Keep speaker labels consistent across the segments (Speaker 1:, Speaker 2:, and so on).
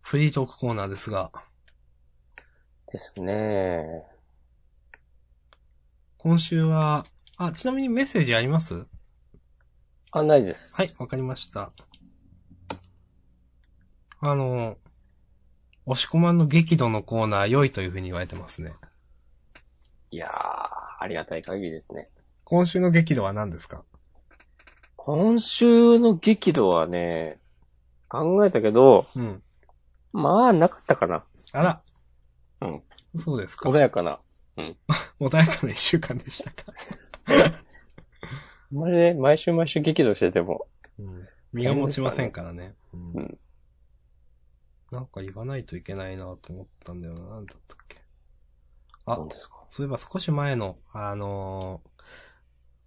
Speaker 1: フリートークコーナーですが、
Speaker 2: ですね。
Speaker 1: 今週は、あ、ちなみにメッセージあります
Speaker 2: あ、ないです。
Speaker 1: はい、わかりました。あの、押し込まんの激怒のコーナー良いというふうに言われてますね。
Speaker 2: いやー、ありがたい限りですね。
Speaker 1: 今週の激怒は何ですか
Speaker 2: 今週の激怒はね、考えたけど、
Speaker 1: うん。
Speaker 2: まあ、なかったかな。
Speaker 1: あら。
Speaker 2: うん。
Speaker 1: そうですか。
Speaker 2: 穏やかな。
Speaker 1: 穏やかな一週間でしたか。
Speaker 2: あんまりね、毎週毎週激怒してても。
Speaker 1: うん。身が持ちませんからね。う
Speaker 2: うんん。
Speaker 1: なんか言わないといけないなと思ったんだよな。なんだったっけ。あ
Speaker 2: 何、ですか
Speaker 1: そういえば少し前の、あの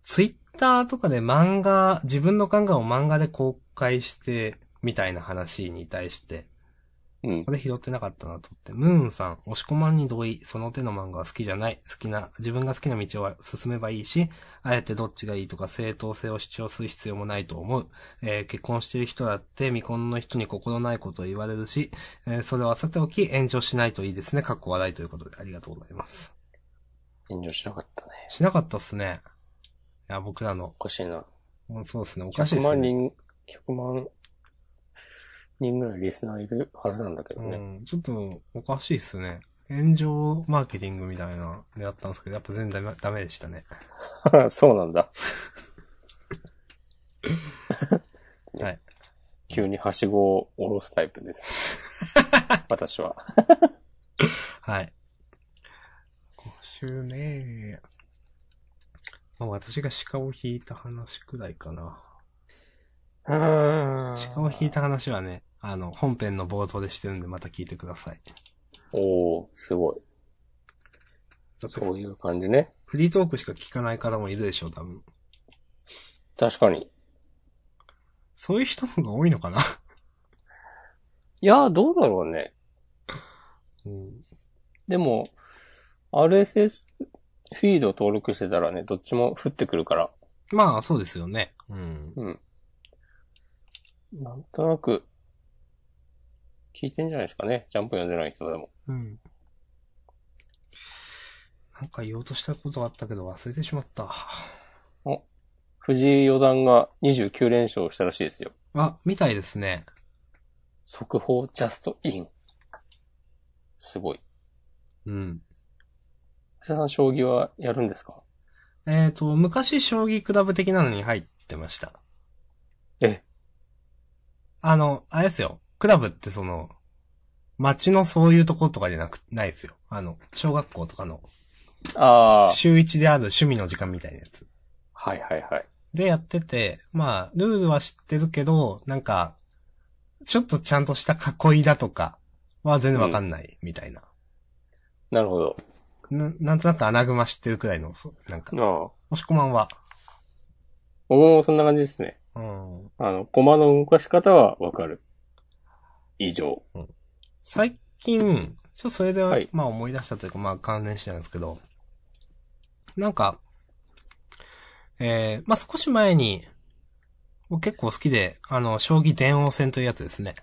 Speaker 1: ツイッター Twitter とかで漫画、自分の考えを漫画で公開して、みたいな話に対して、
Speaker 2: うん
Speaker 1: こ。れ拾ってなかったなと思って。ムーンさん、押し込まんに同意、その手の漫画は好きじゃない。好きな、自分が好きな道を進めばいいし、あえてどっちがいいとか正当性を主張する必要もないと思う。えー結婚してる人だって未婚の人に心ないことを言われるし、えーそれはさておき炎上しないといいですね。かっこ笑いということでありがとうございます。
Speaker 2: 炎上しなかったね。
Speaker 1: しなかったっすね。いや、僕らの、
Speaker 2: おかしいな。
Speaker 1: うんそうですね、おかしい
Speaker 2: 100
Speaker 1: です
Speaker 2: 万
Speaker 1: ね。
Speaker 2: 人、100万人ぐらいリスナーいるはずなんだけど
Speaker 1: う
Speaker 2: ね。
Speaker 1: ん、ちょっと、おかしいっすね。炎上マーケティングみたいな、でやったんですけど、やっぱ全然ダメダメでしたね。
Speaker 2: そうなんだ。
Speaker 1: はい。
Speaker 2: 急にはしごを下ろすタイプです。 私は。
Speaker 1: はい。今週ね、まあ、私が鹿を引いた話くらいかな。
Speaker 2: うん
Speaker 1: 鹿を引いた話はね、あの、本編の冒頭でしてるんで、また聞いてください。
Speaker 2: おー、すごい。
Speaker 1: だって、
Speaker 2: そういう感じね。
Speaker 1: フリートークしか聞かない方もいるでしょう、多分。
Speaker 2: 確かに。
Speaker 1: そういう人の方が多いのかな。
Speaker 2: いやー、どうだろうね。
Speaker 1: うん。
Speaker 2: でも、RSS フィードを登録してたらね、どっちも降ってくるから。
Speaker 1: まあ、そうですよね。うん。
Speaker 2: うん。なんとなく、聞いてんじゃないですかね。ジャンプ読んでない人でも。
Speaker 1: うん。なんか言おうとしたことがあったけど忘れてしまった。
Speaker 2: 藤井四段が29連勝したらしいですよ。
Speaker 1: あ、みたいですね。
Speaker 2: 速報ジャストイン。すごい。
Speaker 1: うん。
Speaker 2: 瀬田さん、将棋はやるんですか
Speaker 1: えっ、と、昔将棋クラブ的なのに入ってました。
Speaker 2: え
Speaker 1: あの、あれですよ。クラブってその、街のそういうとことかじゃなく、ないですよ。あの、小学校とかの、
Speaker 2: ああ、
Speaker 1: 週一である趣味の時間みたいなやつ。
Speaker 2: はいはいはい。
Speaker 1: でやってて、まあ、ルールは知ってるけど、なんか、ちょっとちゃんとした囲いだとかは全然わかんないみたいな。
Speaker 2: なるほど。
Speaker 1: ななんとなく穴熊知ってるくらいの、そうなんか、
Speaker 2: ああ。
Speaker 1: 押し込まんは。
Speaker 2: 僕もそんな感じですね。
Speaker 1: うん。
Speaker 2: あの、駒の動かし方はわかる。以上。
Speaker 1: 最近、ちょっとそれで、
Speaker 2: はい
Speaker 1: まあ思い出したというか、まあ関連してなんですけど、なんか、えー、まあ少し前に、僕結構好きで、あの、将棋電王戦というやつですね。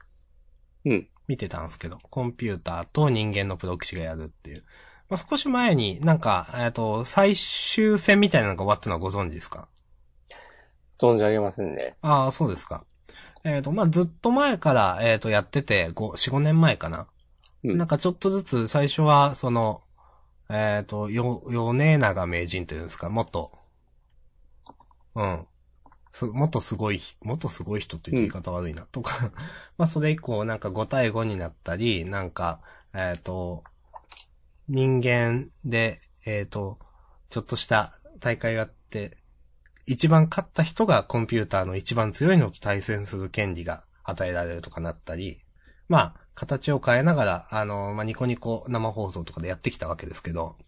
Speaker 2: うん。
Speaker 1: 見てたんですけど、コンピューターと人間のプロ棋士がやるっていう。まあ少し前に、なんか、えっ、と、最終戦みたいなのが終わったのはご存知ですか
Speaker 2: 存じ上げませんね。
Speaker 1: ああ、そうですか。えっ、と、まあ、ずっと前から、えっ、と、やってて、5、4、5年前かな。
Speaker 2: うん
Speaker 1: なんかちょっとずつ、最初は、その、えっ、と、よ、米長名人というんですか、もっと、うん。す、もっとすごい、もっとすごい人って言うと言い方悪いな、とか。 まあ、それ以降、なんか5対5になったり、なんか、えっ、と、人間で、えっ、と、ちょっとした大会があって、一番勝った人がコンピューターの一番強いのと対戦する権利が与えられるとかなったり、まあ、形を変えながら、あの、まあ、ニコニコ生放送とかでやってきたわけですけど、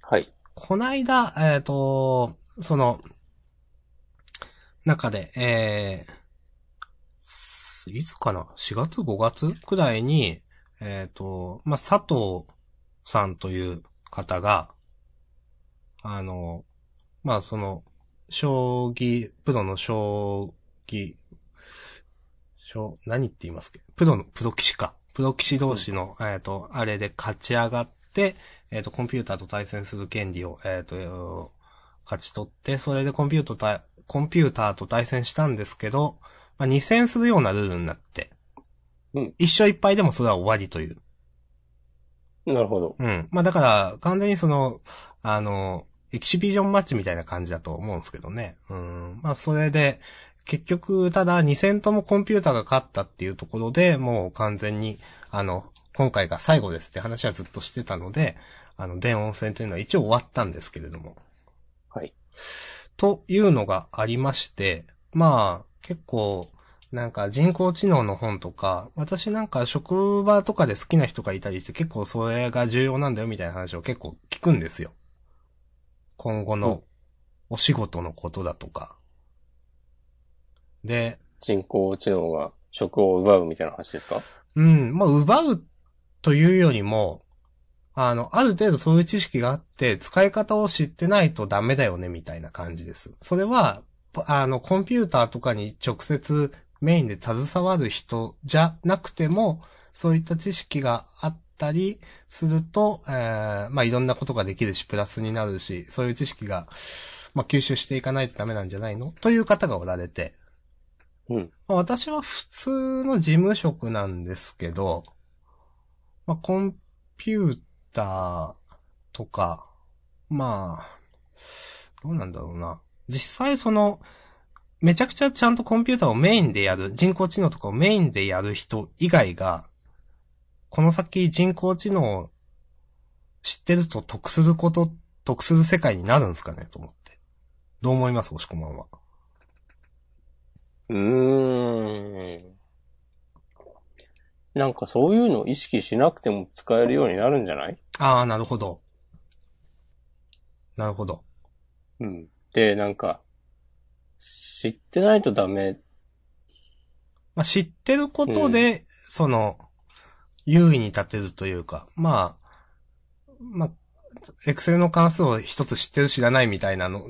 Speaker 2: はい。
Speaker 1: こないだ、えっ、と、その、中で、えーす、いつかな ?4 月 ?5 月くらいに、えっ、と、まあ、佐藤さんという方が、あの、まあ、その、将棋、プロの将棋、将、何って言いますっけプロの、プロ棋士か。プロ騎士同士の、えっ、と、あれで勝ち上がって、えっ、と、コンピューターと対戦する権利を、えっ、と、勝ち取って、それでコンピューターと対、コンピューターと対戦したんですけど、まあ、2戦するようなルールになって、
Speaker 2: うん
Speaker 1: 一勝一敗でもそれは終わりという。
Speaker 2: なるほど。
Speaker 1: うん。まあだから、完全にその、あの、エキシビジョンマッチみたいな感じだと思うんですけどね。うん。まあそれで、結局、ただ2戦ともコンピューターが勝ったっていうところでもう完全に、あの、今回が最後ですって話はずっとしてたので、あの、電音戦というのは一応終わったんですけれども。
Speaker 2: はい。
Speaker 1: というのがありまして、まあ、結構、なんか人工知能の本とか、私なんか職場とかで好きな人がいたりして結構それが重要なんだよみたいな話を結構聞くんですよ。今後
Speaker 2: うん
Speaker 1: のお仕事のことだとか。で、
Speaker 2: 人工知能が職を奪うみたいな話ですか
Speaker 1: うん、まあ、奪うというよりも、あの、ある程度そういう知識があって、使い方を知ってないとダメだよね、みたいな感じです。それは、あの、コンピューターとかに直接メインで携わる人じゃなくても、そういった知識があったりすると、えーまあ、いろんなことができるし、プラスになるし、そういう知識が、まあ、吸収していかないとダメなんじゃないのという方がおられて、
Speaker 2: うん。
Speaker 1: まあ私は普通の事務職なんですけど、まあ、コンピューターとか、まあ、どうなんだろうな。実際その、めちゃくちゃちゃんとコンピューターをメインでやる、人工知能とかをメインでやる人以外が、この先人工知能を知ってると得すること、得する世界になるんですかねと思って。どう思いますおしこまんは。
Speaker 2: うーん。なんかそういうのを意識しなくても使えるようになるんじゃない
Speaker 1: ああ、なるほど。なるほど。
Speaker 2: うん。で、なんか、知ってないとダメ。
Speaker 1: まあ、知ってることで、その、優位に立てるというか、まあ、まあ、エクセルの関数を一つ知ってる知らないみたいなの、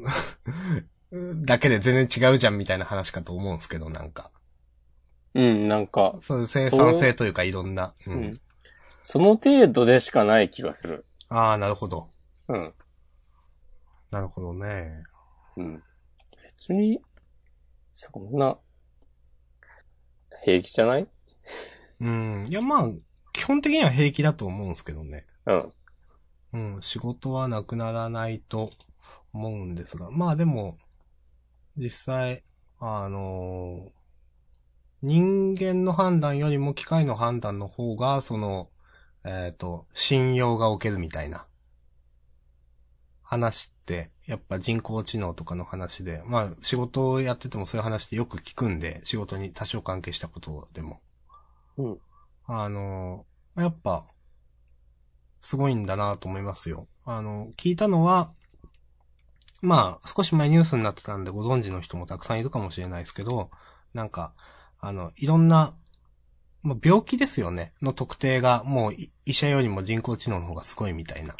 Speaker 1: だけで全然違うじゃんみたいな話かと思うんですけど、なんか。
Speaker 2: うん、なんか、
Speaker 1: そういう生産性というかいろんな。う。
Speaker 2: うんん。その程度でしかない気がする。
Speaker 1: ああ、なるほど。
Speaker 2: うん。
Speaker 1: なるほどね。
Speaker 2: うん。別に、そんな、平気じゃない
Speaker 1: うん。いや、まあ、基本的には平気だと思うんですけどね。
Speaker 2: うん。
Speaker 1: うん、仕事はなくならないと思うんですが、まあでも、実際、あの人間の判断よりも機械の判断の方が、その、えっ、と、信用が置けるみたいな話って、やっぱ人工知能とかの話で、まあ仕事をやっててもそういう話ってよく聞くんで、仕事に多少関係したことでも。
Speaker 2: うん。
Speaker 1: あの、やっぱ、すごいんだなと思いますよ。あの、聞いたのは、まあ、少し前ニュースになってたんでご存知の人もたくさんいるかもしれないですけど、なんか、あの、いろんな、まあ、病気ですよね、の特定が、もうい医者よりも人工知能の方がすごいみたいな。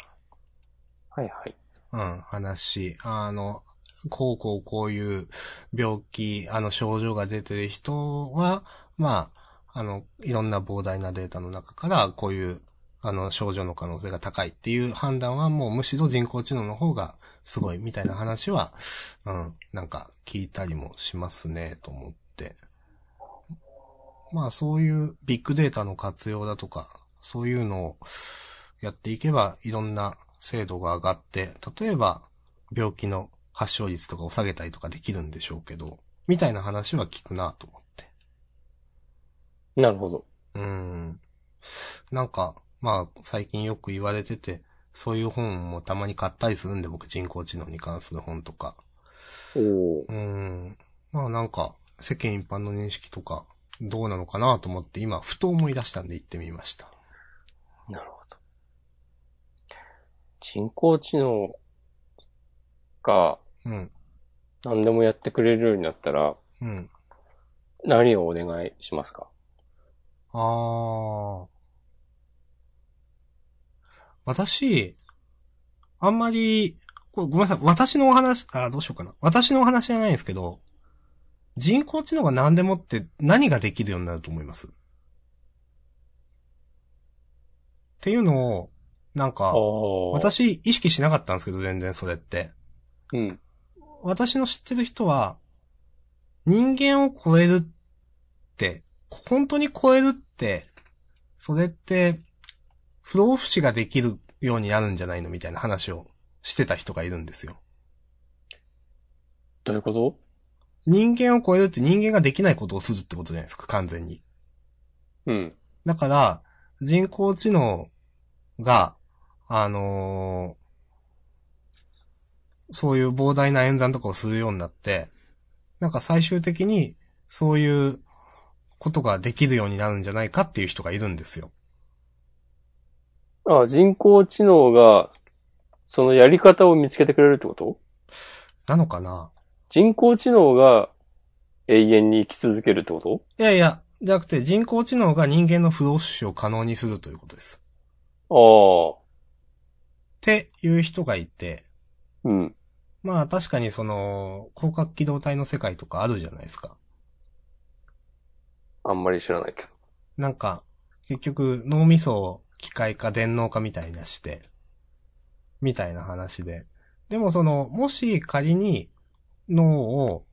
Speaker 2: はいはい。
Speaker 1: うん、話。あの、こうこうこういう病気、あの症状が出てる人は、まあ、あの、いろんな膨大なデータの中から、こういう、あの、症状の可能性が高いっていう判断はもうむしろ人工知能の方がすごいみたいな話は、うん、なんか聞いたりもしますね、と思って。まあそういうビッグデータの活用だとか、そういうのをやっていけばいろんな精度が上がって、例えば病気の発症率とかを下げたりとかできるんでしょうけど、みたいな話は聞くなと思って。
Speaker 2: なるほど。
Speaker 1: うーん。なんか、まあ最近よく言われてて、そういう本もたまに買ったりするんで、僕人工知能に関する本とか。
Speaker 2: お
Speaker 1: うーん。まあなんか、世間一般の認識とか、どうなのかなと思って、今、ふと思い出したんで行ってみました。
Speaker 2: なるほど。人工知能が
Speaker 1: うん。
Speaker 2: 何でもやってくれるようになったら、
Speaker 1: うん。
Speaker 2: 何をお願いしますか
Speaker 1: あー。私、あんまり、こごめんなさい。私のお話、あー、どうしようかな。私のお話じゃないんですけど、人工知能が何でもって何ができるようになると思いますっていうのを、なんか、
Speaker 2: おー、
Speaker 1: 私意識しなかったんですけど、全然それって。
Speaker 2: うん。
Speaker 1: 私の知ってる人は、人間を超えるって、本当に超えるって、それって、不老不死ができるようになるんじゃないのみたいな話をしてた人がいるんですよ。
Speaker 2: どういうこと
Speaker 1: 人間を超えるって人間ができないことをするってことじゃないですか、完全に。
Speaker 2: うん。
Speaker 1: だから、人工知能が、あのーそういう膨大な演算とかをするようになって、なんか最終的にそういうことができるようになるんじゃないかっていう人がいるんですよ。
Speaker 2: あ、人工知能が、そのやり方を見つけてくれるってこと
Speaker 1: なのかな
Speaker 2: 人工知能が永遠に生き続けるってこと
Speaker 1: いやいや、じゃなくて人工知能が人間の不老不死を可能にするということです。
Speaker 2: あ
Speaker 1: っていう人がいて、
Speaker 2: あ、うん。
Speaker 1: まあ確かにその、広角機動隊の世界とかあるじゃないですか。
Speaker 2: あんまり知らないけど。
Speaker 1: なんか、結局、脳みそを機械化、電脳化みたいなして、みたいな話で。でもその、もし仮に脳を、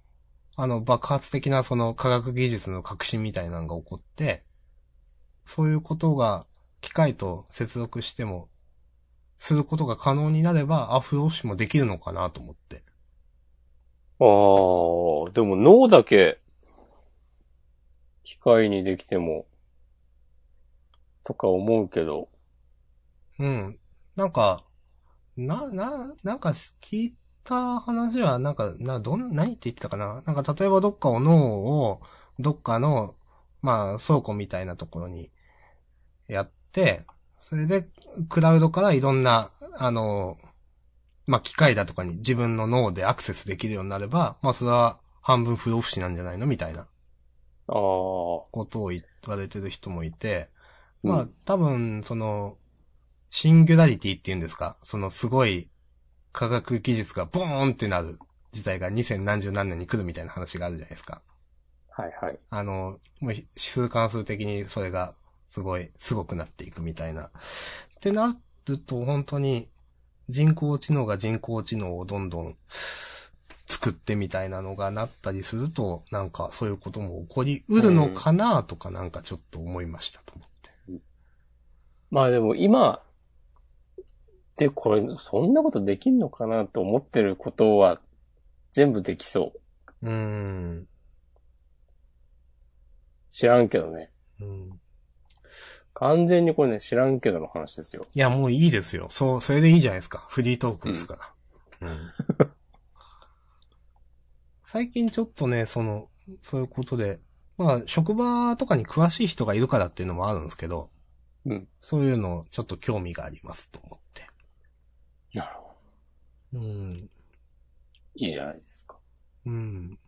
Speaker 1: あの、爆発的なその科学技術の革新みたいなのが起こって、そういうことが機械と接続しても、することが可能になれば、アフロシもできるのかなと思って。
Speaker 2: ああ、でも脳だけ、機械にできても、とか思うけど、
Speaker 1: うん。なんか、な、な、なんか聞いた話は、なんか、な、どん、何って言ってたかななんか例えばどっかを脳を、どっかの、まあ倉庫みたいなところにやって、それでクラウドからいろんな、あの、まあ機械だとかに自分の脳でアクセスできるようになれば、まあそれは半分不老不死なんじゃないのみたいな
Speaker 2: ああ、
Speaker 1: ことを言われてる人もいて、
Speaker 2: うん
Speaker 1: まあ、多分、その、シンギュラリティっていうんですか、そのすごい科学技術がボーンってなる時代が2000何十何年に来るみたいな話があるじゃないですか。
Speaker 2: はいはい。
Speaker 1: あの、もう指数関数的にそれがすごい、すごくなっていくみたいな。ってなると本当に人工知能が人工知能をどんどん作ってみたいなのがなったりすると、なんかそういうことも起こりうるのかなとかなんかちょっと思いましたと思って。
Speaker 2: まあでも今、で、これ、そんなことできんのかなと思ってることは、全部できそう。
Speaker 1: うーん。
Speaker 2: 知らんけどね。
Speaker 1: うん
Speaker 2: 完全にこれね、知らんけどの話ですよ。
Speaker 1: いや、もういいですよ。そう、それでいいじゃないですか。フリートークですから。うん。 最近ちょっとね、その、そういうことで、まあ、職場とかに詳しい人がいるからっていうのもあるんですけど、
Speaker 2: うん
Speaker 1: そういうの、ちょっと興味がありますと思って。
Speaker 2: なるほど。
Speaker 1: うん。
Speaker 2: いいじゃないですか。
Speaker 1: うん。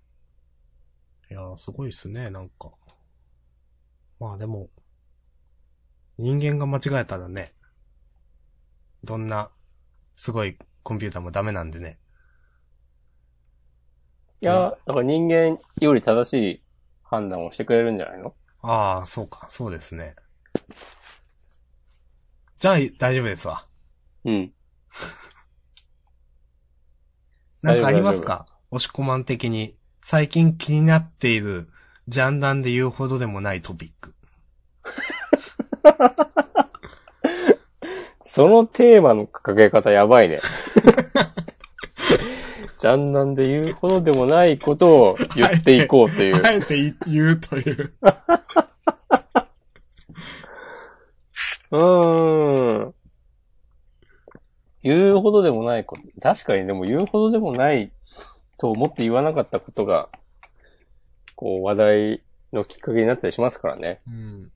Speaker 1: いやー、すごいですね、なんか。まあでも、人間が間違えたらね、どんな、すごいコンピューターもダメなんでね。
Speaker 2: いや、だから人間より正しい判断をしてくれるんじゃないの
Speaker 1: ああ、そうか、そうですね。じゃあ、大丈夫ですわ。
Speaker 2: うん。
Speaker 1: なんかありますか押し込まん的に、最近気になっている、ジャンダンで言うほどでもないトピック。
Speaker 2: そのテーマの掲げ方やばいね。 ジャンダンで言うほどでもないことを言っていこうという。
Speaker 1: あえてい言うという。
Speaker 2: うーん。言うほどでもないこと。確かにでも言うほどでもないと思って言わなかったことが、こう話題のきっかけになったりしますからね。
Speaker 1: うん。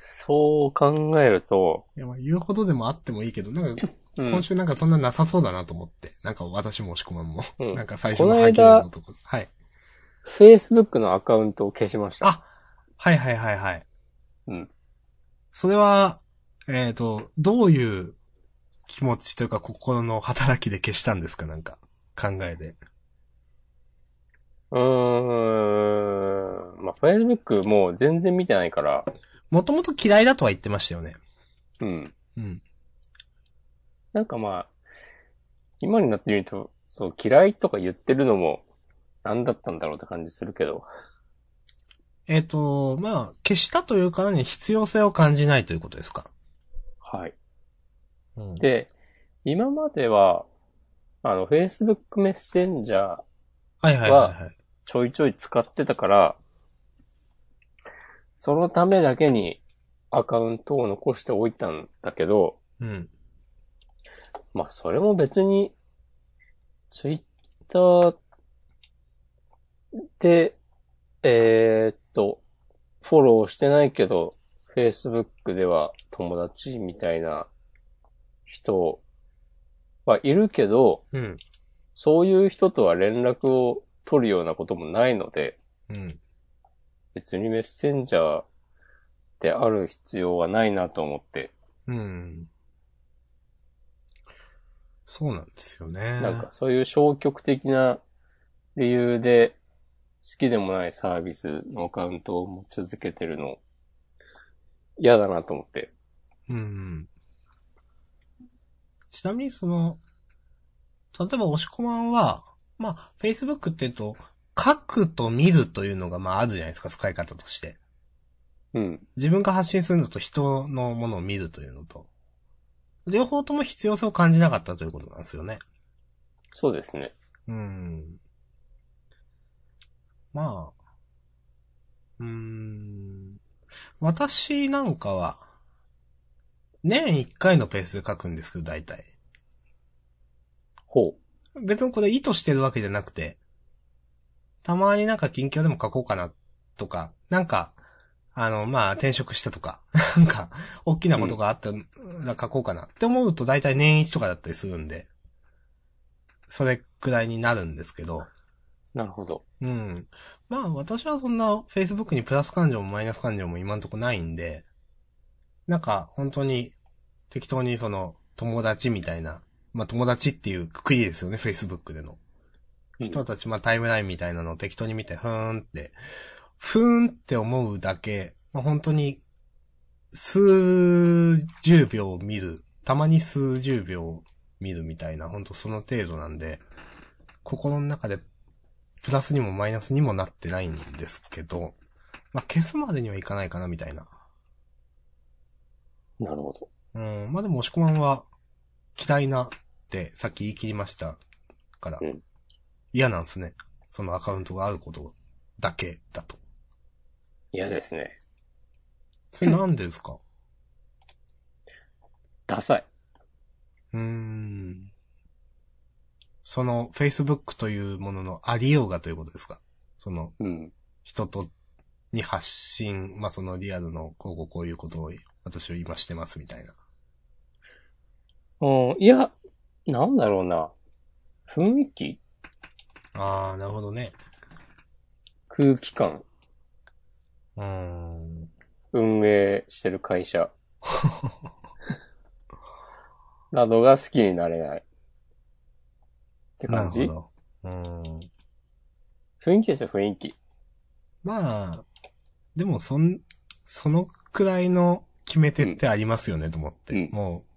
Speaker 2: そう考えると、
Speaker 1: いや、まあ言うほどでもあってもいいけど、なんか、
Speaker 2: うん
Speaker 1: 今週なんかそんななさそうだなと思って。なんか私も押し込まんも。
Speaker 2: うん
Speaker 1: なんか最初の
Speaker 2: この
Speaker 1: ハ
Speaker 2: 間
Speaker 1: ゲのとこ。はい。
Speaker 2: Facebook のアカウントを消しました。
Speaker 1: あはいはいはいはい。
Speaker 2: うん。
Speaker 1: それは、えっ、と、どういう気持ちというか心の働きで消したんですかなんか、考えで。
Speaker 2: うーん。まあ、Facebook もう全然見てないから、
Speaker 1: もともと嫌いだとは言ってましたよね。
Speaker 2: うん。
Speaker 1: うん。
Speaker 2: なんかまあ、今になってみると、そう、嫌いとか言ってるのも、何だったんだろうって感じするけど。
Speaker 1: えっ、と、まあ、消したというからに必要性を感じないということですか。
Speaker 2: はい。
Speaker 1: うん、
Speaker 2: で、今までは、あの、Facebook メッセンジャー
Speaker 1: はいはいはい、はい。
Speaker 2: ちょいちょい使ってたから、そのためだけにアカウントを残しておいたんだけど、
Speaker 1: うん。
Speaker 2: まあそれも別に、ツイッターで、えーっと、フォローしてないけど、Facebook では友達みたいな人はいるけど、
Speaker 1: うん。
Speaker 2: そういう人とは連絡を取るようなこともないので、
Speaker 1: うん。
Speaker 2: 別にメッセンジャーである必要はないなと思って、
Speaker 1: うん。そうなんですよね。
Speaker 2: なんかそういう消極的な理由で好きでもないサービスのアカウントを持ち続けてるの嫌だなと思って。
Speaker 1: うん。ちなみにその、例えば押し込まんは、まあ、Facebook って言うと、書くと見るというのがまああるじゃないですか、使い方として。
Speaker 2: うん。
Speaker 1: 自分が発信するのと人のものを見るというのと。両方とも必要性を感じなかったということなんですよね。
Speaker 2: そうですね。
Speaker 1: うん。まあ。うーん。私なんかは、年一回のペースで書くんですけど、大体。
Speaker 2: ほ
Speaker 1: 別にこれ意図してるわけじゃなくて、たまになんか近況でも書こうかなとか、なんか、あの、まあ、転職したとか、 なんか、大きなことがあったら書こうかなって思うと大体年一とかだったりするんで、それくらいになるんですけど、
Speaker 2: う。なるほど。
Speaker 1: うん。まあ私はそんな Facebook にプラス感情もマイナス感情も今んとこないんで、なんか本当に適当にその友達みたいな、まあ友達っていうくくりですよね、Facebook での。
Speaker 2: うん
Speaker 1: 人たち、まあタイムラインみたいなのを適当に見て、ふーんって、ふーんって思うだけ、まあ本当に数十秒見る、たまに数十秒見るみたいな、本当その程度なんで、心の中でプラスにもマイナスにもなってないんですけど、まあ、消すまでにはいかないかな、みたいな。
Speaker 2: なるほど。
Speaker 1: うん、まあ、でも、押し込まんは、嫌いなって、さっき言い切りましたから、
Speaker 2: うん
Speaker 1: 嫌なんですね。そのアカウントがあることだけだと。
Speaker 2: 嫌ですね。
Speaker 1: それなんでですか
Speaker 2: ダサい。
Speaker 1: うーん。その、Facebook というもののありようがということですかその、
Speaker 2: うん。
Speaker 1: 人と、に発信、まあ、そのリアルの、こうこうこういうことを、私は今してます、みたいな。
Speaker 2: うん、いや、なんだろうな。雰囲気
Speaker 1: あー、なるほどね。
Speaker 2: 空気感
Speaker 1: うーん。
Speaker 2: 運営してる会社 などが好きになれない。って感
Speaker 1: な
Speaker 2: じ
Speaker 1: るほど。うん。
Speaker 2: 雰囲気ですよ、雰囲気。
Speaker 1: まあ、でもそん、そのくらいの決め手ってありますよね、と思って。
Speaker 2: うん
Speaker 1: もう、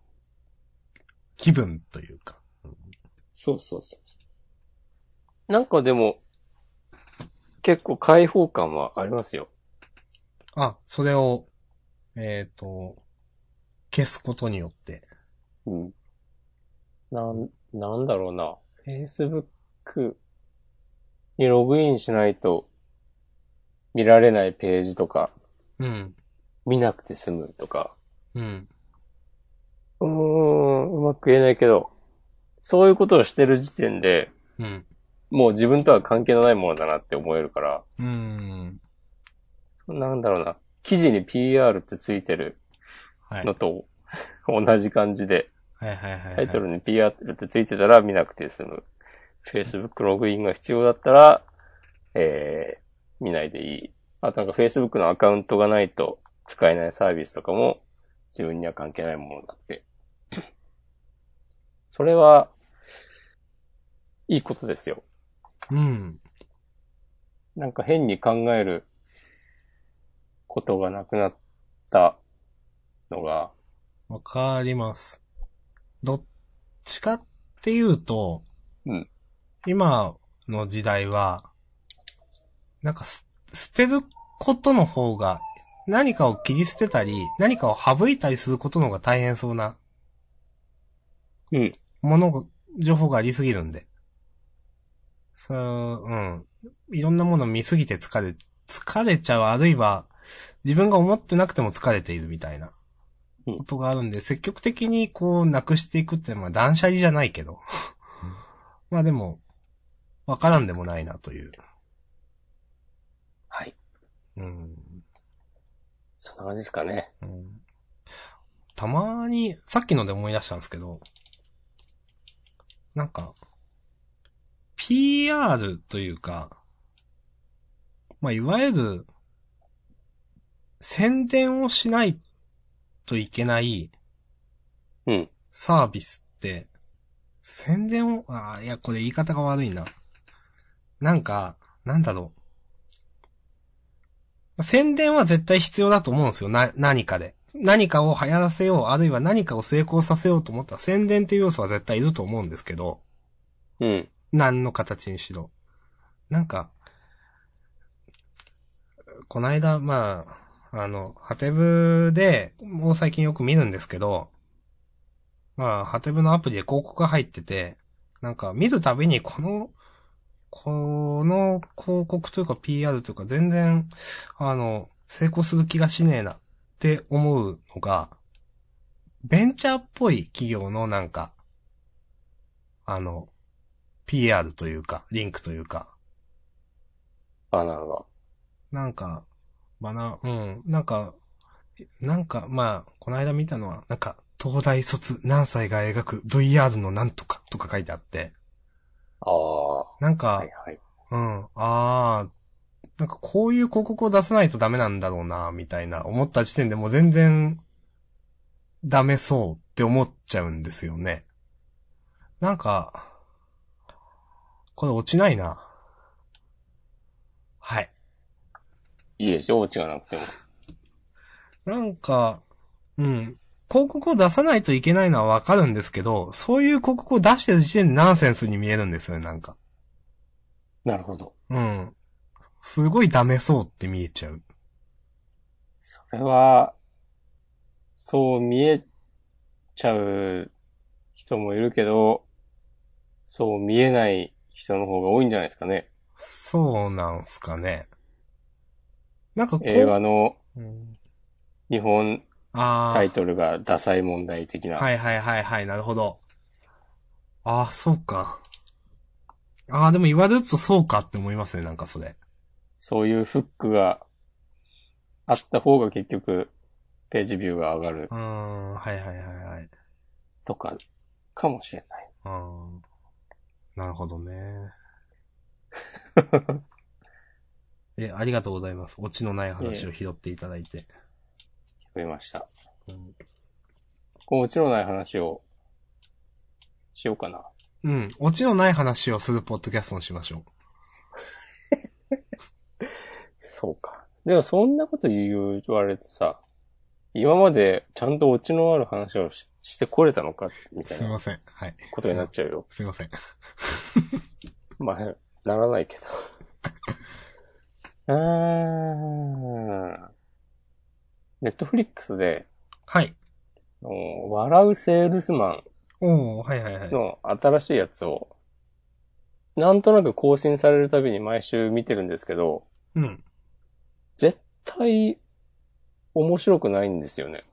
Speaker 1: 気分というか。
Speaker 2: そうそうそう。なんかでも、結構開放感はありますよ。
Speaker 1: あ、それを、えっ、と、消すことによって。
Speaker 2: うん。なん、なんだろうな。Facebook にログインしないと見られないページとか、
Speaker 1: うん。
Speaker 2: 見なくて済むとか、
Speaker 1: うん。
Speaker 2: うーん、うまく言えないけど、そういうことをしてる時点で、
Speaker 1: うん。
Speaker 2: もう自分とは関係のないものだなって思えるから、
Speaker 1: うん。
Speaker 2: なんだろうな、記事に PR ってついてる
Speaker 1: はい。
Speaker 2: のと同じ感じで、
Speaker 1: はいはいはい、はい。
Speaker 2: タイトルに PR ってついてたら見なくて済む。Facebook ログインが必要だったら、えー、見ないでいい。あとなんか Facebook のアカウントがないと使えないサービスとかも自分には関係ないものだって。 それは、いいことですよ。
Speaker 1: うん。
Speaker 2: なんか変に考えることがなくなったのが、
Speaker 1: あわかります。どっちかっていうと、
Speaker 2: うん
Speaker 1: 今の時代は、なんかす捨てることの方が、何かを切り捨てたり、何かを省いたりすることの方が大変そうな、
Speaker 2: うん。
Speaker 1: ものが、情報がありすぎるんで。そう、うん。いろんなもの見すぎて疲れ、疲れちゃう、あるいは、自分が思ってなくても疲れているみたいな、
Speaker 2: うん
Speaker 1: ことがあるんで、積極的にこう、なくしていくって、まあ、断捨離じゃないけど。 まあでも、わからんでもないなという。
Speaker 2: はい。
Speaker 1: うん。
Speaker 2: そんな感じですかね。
Speaker 1: うんたまに、さっきので思い出したんですけど、なんか、PR というか、まあ、いわゆる、宣伝をしないといけない
Speaker 2: うん。
Speaker 1: サービスって、宣伝を、あーいや、これ言い方が悪いな。なんか、なんだろう。まあ宣伝は絶対必要だと思うんですよ。な、何かで。何かを流行らせよう、あるいは何かを成功させようと思ったら宣伝っていう要素は絶対いると思うんですけど、
Speaker 2: うん。
Speaker 1: 何の形にしろ。なんか、こないだ、まあ、あの、ハテブで、もう最近よく見るんですけど、まあ、ハテブのアプリで広告が入ってて、なんか見るたびにこの、この広告というか PR というか全然、あの、成功する気がしねえなって思うのが、ベンチャーっぽい企業のなんか、あの、PR というか、リンクというか、
Speaker 2: バナーが。
Speaker 1: なんか、バナ、うん、なんか、なんか、まあ、この間見たのは、なんか、東大卒何歳が描く VR のなんとかとか書いてあって、
Speaker 2: ああ。は
Speaker 1: なんか、
Speaker 2: いはい。
Speaker 1: うん、あー、なんかこういう広告を出さないとダメなんだろうな、みたいな思った時点でもう全然、ダメそうって思っちゃうんですよね。なんか、これ落ちないな。はい。
Speaker 2: いいでしょオチがなくても。
Speaker 1: なんか、うん。広告を出さないといけないのはわかるんですけど、そういう広告を出してる時点でナンセンスに見えるんですよね、なんか。
Speaker 2: なるほど。
Speaker 1: うん。すごいダメそうって見えちゃう。
Speaker 2: それは、そう見えちゃう人もいるけど、そう見えない人の方が多いんじゃないですかね。
Speaker 1: そうなんすかね。なんかこう、
Speaker 2: 映画の
Speaker 1: うん
Speaker 2: 日本
Speaker 1: あ
Speaker 2: タイ
Speaker 1: ー
Speaker 2: トルがダサい問題的な。
Speaker 1: はいはいはいはい、なるほど。ああ、そうか。ああ、でも言われるとそうかって思いますね、なんかそれ。
Speaker 2: そういうフックがあった方が結局ページビューが上がる
Speaker 1: うーん、はいはいはいはい。
Speaker 2: とかかもしれ ない。
Speaker 1: うーん。なるほどね。え、ありがとうございます。オチのない話を拾っていただいて。
Speaker 2: 増えました。
Speaker 1: うん
Speaker 2: こう、うちのない話をしようかな。
Speaker 1: うん、オチのない話をするポッドキャストにしましょう。
Speaker 2: そうか。でもそんなこと言われてさ、今までちゃんとオチのある話をししてこれたのか、みたい
Speaker 1: すい
Speaker 2: な
Speaker 1: ません。はい。
Speaker 2: ことになっちゃうよ。
Speaker 1: すいません。
Speaker 2: まあ、ならないけ ど。うーん。ネットフリックスで、
Speaker 1: はい。
Speaker 2: あの笑うセールスマ
Speaker 1: おー、はいはいはい
Speaker 2: ン。の新しいやつを、なんとなく更新されるたびに毎週見てるんですけど、
Speaker 1: うん。
Speaker 2: 絶対面白くないんですよね。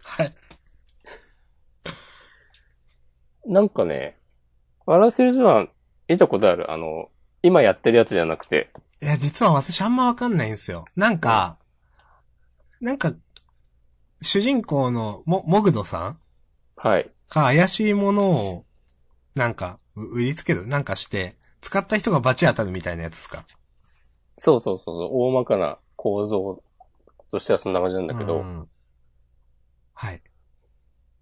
Speaker 1: はい。
Speaker 2: なんかね、ワラセルズマン、見たことあるあの、今やってるやつじゃなくて、
Speaker 1: いや、実は私あんまわかんないんですよ。なんか、なんか、主人公のモモグドさん
Speaker 2: はい。
Speaker 1: が怪しいものを、なんか、う売りつけるなんかして、使った人がバチ当たるみたいなやつですか
Speaker 2: そうそうそうそう、大まかな構造としてはそんな感じなんだけど、
Speaker 1: うんはい。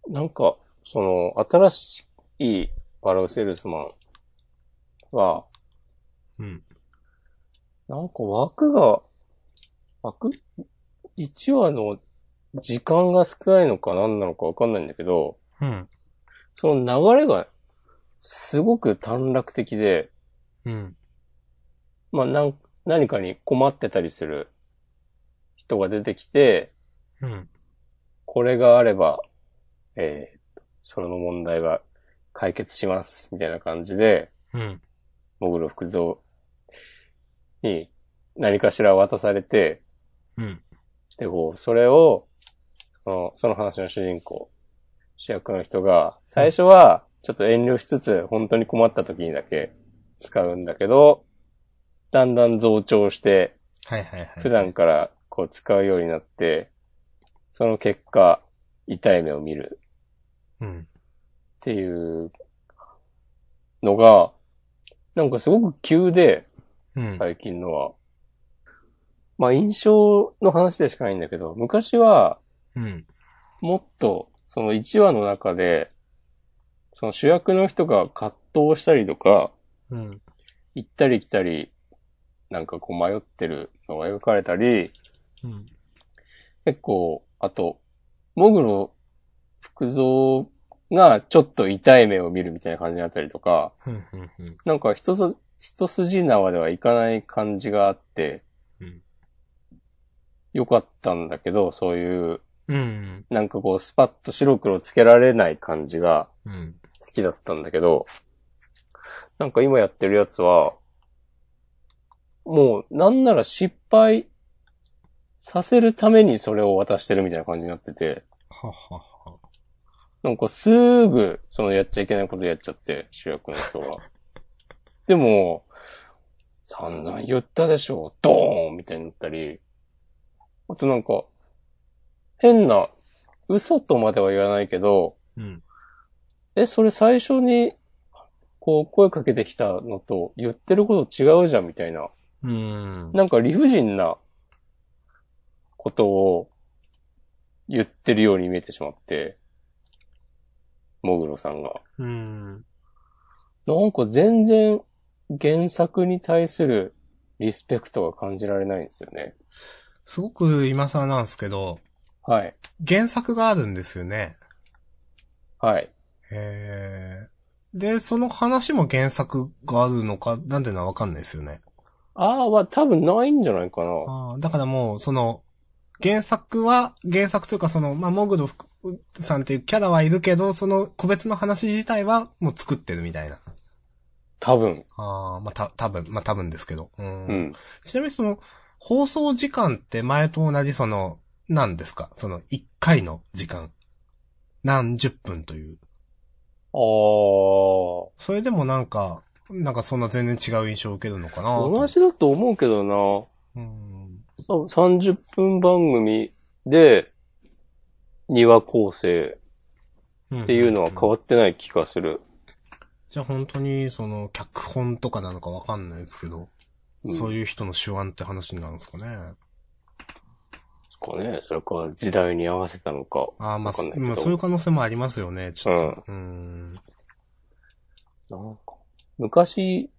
Speaker 2: なんか、その、新しいワラセルズマンは、
Speaker 1: うん。
Speaker 2: なんか枠が、枠 ?1 話の時間が少ないのか何なのかわかんないんだけど、
Speaker 1: うん。
Speaker 2: その流れが、すごく短絡的で、
Speaker 1: うん。
Speaker 2: まあ、なん、何かに困ってたりする人が出てきて、
Speaker 1: うん。
Speaker 2: これがあれば、えーっと、その問題が解決します、みたいな感じで、
Speaker 1: うん。
Speaker 2: モグロ福蔵に何かしら渡されて、
Speaker 1: うん。
Speaker 2: で、こう、それを、そのその話の主人公、主役の人が、最初は、ちょっと遠慮しつつ、本当に困った時にだけ使うんだけど、だんだん増長して、
Speaker 1: はいはいはい。
Speaker 2: 普段からこう使うようになって、その結果、痛い目を見る
Speaker 1: うん。
Speaker 2: っていうのが、なんかすごく急で、
Speaker 1: うん。
Speaker 2: 最近のは。まあ印象の話でしかないんだけど、昔は
Speaker 1: うん。
Speaker 2: もっとその1話の中で、その主役の人が葛藤したりとか、
Speaker 1: うん。
Speaker 2: 行ったり来たり、なんかこう迷ってるのが描かれたり、
Speaker 1: うん。
Speaker 2: 結構、あと、モグロ福蔵がちょっと痛い目を見るみたいな感じになったりとか、
Speaker 1: うん。うん。うん。
Speaker 2: なんか一つ、一筋縄ではいかない感じがあって、
Speaker 1: うん
Speaker 2: よかったんだけど、そういう、
Speaker 1: うん。
Speaker 2: なんかこう、スパッと白黒つけられない感じが
Speaker 1: うん。
Speaker 2: 好きだったんだけど、なんか今やってるやつは、もう、なんなら失敗させるためにそれを渡してるみたいな感じになってて、
Speaker 1: ははは。
Speaker 2: なんかすぐ、そのやっちゃいけないことやっちゃって、主役の人が。でも、散々言ったでしょ、ドーンみたいになったり、あとなんか、変な、嘘とまでは言わないけど、
Speaker 1: うん。
Speaker 2: え、それ最初に、こう声かけてきたのと言ってること違うじゃんみたいな。
Speaker 1: うん。
Speaker 2: なんか理不尽なことを言ってるように見えてしまって、もぐろさんが。
Speaker 1: うん。
Speaker 2: なんか全然原作に対するリスペクトが感じられないんですよね。
Speaker 1: すごく今更なんですけど、
Speaker 2: はい。
Speaker 1: 原作があるんですよね。
Speaker 2: はい。
Speaker 1: へーで、その話も原作があるのか、なんていうのはわかんないですよね。
Speaker 2: ああ、は多分ないんじゃないかな。
Speaker 1: ああ、だからもう、その、原作は、原作というかその、まあ、モグドフさんっていうキャラはいるけど、その個別の話自体はもう作ってるみたいな。
Speaker 2: 多分。
Speaker 1: ああ、まあ、た、多分まあ、多分ですけど。うん
Speaker 2: うん。
Speaker 1: ちなみにその、放送時間って前と同じその、何ですかその、1回の時間。何十分という。
Speaker 2: ああ。
Speaker 1: それでもなんか、なんかそんな全然違う印象を受けるのかなと思
Speaker 2: 同
Speaker 1: って
Speaker 2: じだと思うけどな。
Speaker 1: うん。
Speaker 2: そう30分番組で2話構成
Speaker 1: っ
Speaker 2: っていうのは変わってない気がする。
Speaker 1: じゃあ本当に、その、脚本とかなのかわかんないですけど、
Speaker 2: うん
Speaker 1: そういう人の手腕って話になるんですかね。
Speaker 2: かね。それか時代に合わせたのか。
Speaker 1: ああ、ま
Speaker 2: わかんない
Speaker 1: あ、
Speaker 2: けど
Speaker 1: まあそういう可能性もありますよね、ちょっと。うん。
Speaker 2: なんか昔、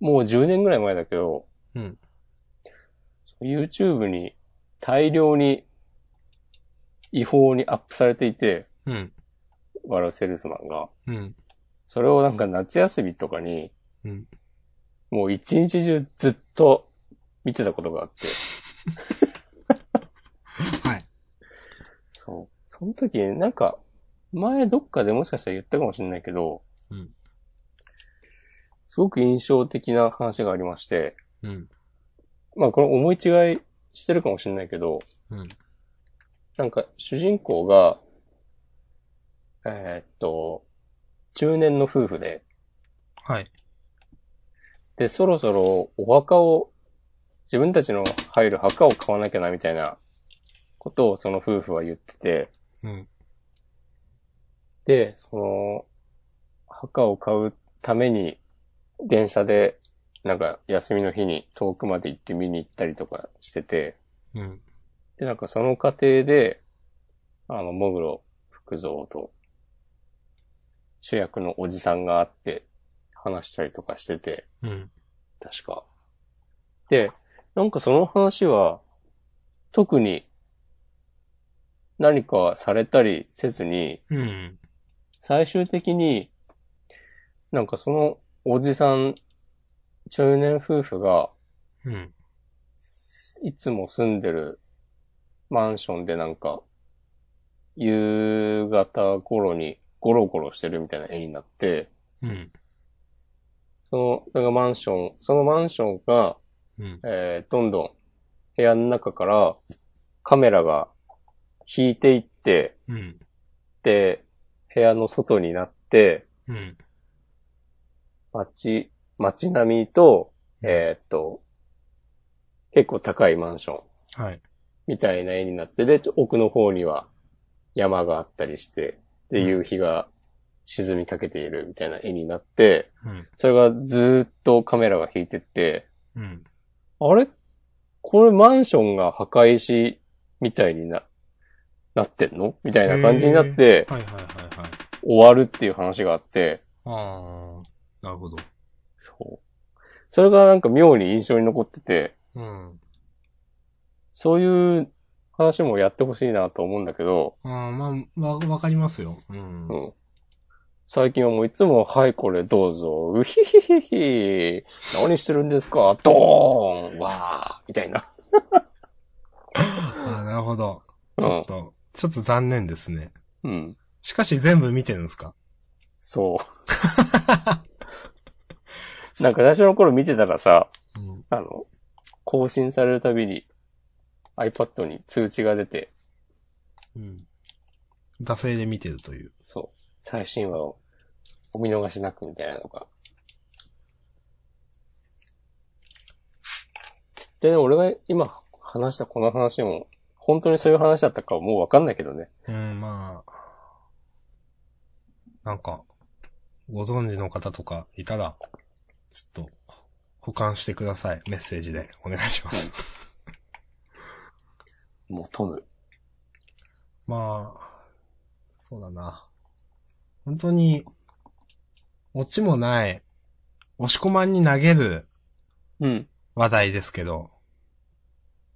Speaker 2: もう10年ぐらい前だけど、
Speaker 1: うん。
Speaker 2: YouTube に大量に違法にアップされていて、
Speaker 1: うん。
Speaker 2: 笑うセールスマンが。
Speaker 1: うん。
Speaker 2: それをなんか夏休みとかに、
Speaker 1: うん
Speaker 2: もう一日中ずっと見てたことがあって。
Speaker 1: はい。
Speaker 2: そう。その時、なんか、前どっかでもしかしたら言ったかもしれないけど、
Speaker 1: うん
Speaker 2: すごく印象的な話がありまして、
Speaker 1: うん。
Speaker 2: まあこれ思い違いしてるかもしれないけど、
Speaker 1: うん。
Speaker 2: なんか主人公が、えーっと、中年の夫婦で、
Speaker 1: はい。
Speaker 2: で、そろそろお墓を、自分たちの入る墓を買わなきゃなみたいなことをその夫婦は言ってて、
Speaker 1: うん。
Speaker 2: で、その、墓を買うために、電車で、なんか休みの日に遠くまで行って見に行ったりとかしてて、
Speaker 1: うん。
Speaker 2: で、なんかその過程で、あの、もぐろ福蔵と、主役のおじさんがあって、話したりとかしてて、
Speaker 1: うん。
Speaker 2: 確か。で、なんかその話は、特に、何かされたりせずに、
Speaker 1: うん。
Speaker 2: 最終的に、なんかそのおじさん、中年夫婦が、
Speaker 1: うん。
Speaker 2: いつも住んでるマンションでなんか、夕方頃にゴロゴロしてるみたいな絵になって、
Speaker 1: うん。
Speaker 2: その、それがマンション、そのマンションが、
Speaker 1: うん。
Speaker 2: えーどんどん部屋の中からカメラが引いていって、
Speaker 1: うん。
Speaker 2: で、部屋の外になって、
Speaker 1: うん。
Speaker 2: 街、街並みと、えーっと、結構高いマンション
Speaker 1: はい。
Speaker 2: みたいな絵になって、で、ちょ奥の方には山があったりして、で、
Speaker 1: うん
Speaker 2: 夕日が沈みかけているみたいな絵になって、
Speaker 1: うん。
Speaker 2: それがずーっとカメラが引いてって、
Speaker 1: うん。
Speaker 2: あれこれマンションが墓石みたいにな、なってんのみたいな感じになって、
Speaker 1: はいはいはいはい。
Speaker 2: 終わるっていう話があって、
Speaker 1: ああ、なるほど。
Speaker 2: そう。それがなんか妙に印象に残ってて、
Speaker 1: うん。
Speaker 2: そういう話もやってほしいなと思うんだけど、
Speaker 1: あーまあ、わ、わかりますよ。うん。
Speaker 2: う
Speaker 1: うん
Speaker 2: ん。最近はもういつも、はい、これどうぞ、うひひひひ、何してるんですか、ドーン、わー、みたいな。
Speaker 1: あーなるほど。
Speaker 2: う
Speaker 1: ちょ
Speaker 2: ん
Speaker 1: っ。と、ちょっと残念ですね。
Speaker 2: うん。
Speaker 1: しかし全部見てるんですか
Speaker 2: そう。なんか最初の頃見てたらさ、
Speaker 1: うん。
Speaker 2: あの、更新されるたびに iPad に通知が出て、
Speaker 1: うん。惰性で見てるという。
Speaker 2: そう、最新話をお見逃しなくみたいなのが。で、俺が今話したこの話も、本当にそういう話だったかはもうわかんないけどね。
Speaker 1: うん、まあ。なんか、ご存知の方とかいたら、ちょっと、保管してください。メッセージでお願いします。
Speaker 2: もうトム。
Speaker 1: まあ、そうだな。本当に、オチもない、押し込まんに投げる
Speaker 2: うん。
Speaker 1: 話題ですけど、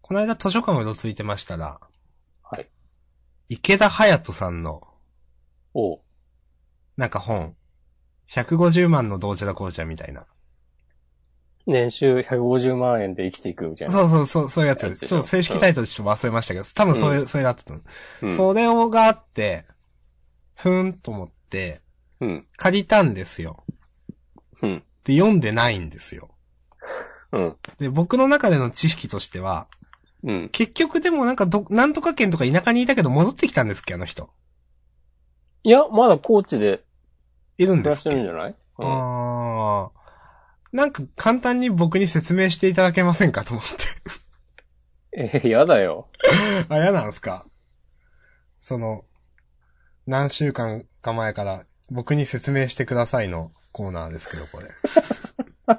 Speaker 1: この間図書館をうろついてましたら、
Speaker 2: はい。
Speaker 1: 池田隼人さんの、
Speaker 2: おう。
Speaker 1: なんか本、150万のどうちゃらこうちゃみたいな。
Speaker 2: 年収150万円で生きていくみたいな。
Speaker 1: そうそうそう、そういうやつ
Speaker 2: や
Speaker 1: で
Speaker 2: つ
Speaker 1: す。
Speaker 2: でし
Speaker 1: ち
Speaker 2: ょ
Speaker 1: ょっと正式タイトルちょっと忘れましたけど、多分それ、
Speaker 2: う
Speaker 1: それだったと思う。
Speaker 2: うん。
Speaker 1: それをがあって、ふーんと思って、
Speaker 2: うん。
Speaker 1: 借りたんですよ。
Speaker 2: うん。
Speaker 1: で、読んでないんですよ。
Speaker 2: うん。
Speaker 1: で、僕の中での知識としては、
Speaker 2: うん。
Speaker 1: 結局でもなんかど、なんとか県とか田舎にいたけど戻ってきたんですっけ、あの人。
Speaker 2: いや、まだ高知で
Speaker 1: いるん
Speaker 2: 暮
Speaker 1: で
Speaker 2: ら
Speaker 1: す
Speaker 2: し
Speaker 1: って
Speaker 2: るん
Speaker 1: け
Speaker 2: じゃないうん。
Speaker 1: あーなんか簡単に僕に説明していただけませんかと思っ
Speaker 2: えー、やだよ。
Speaker 1: て。 あ、嫌なんですかその、何週間か前から僕に説明してくださいのコーナーですけど、これ。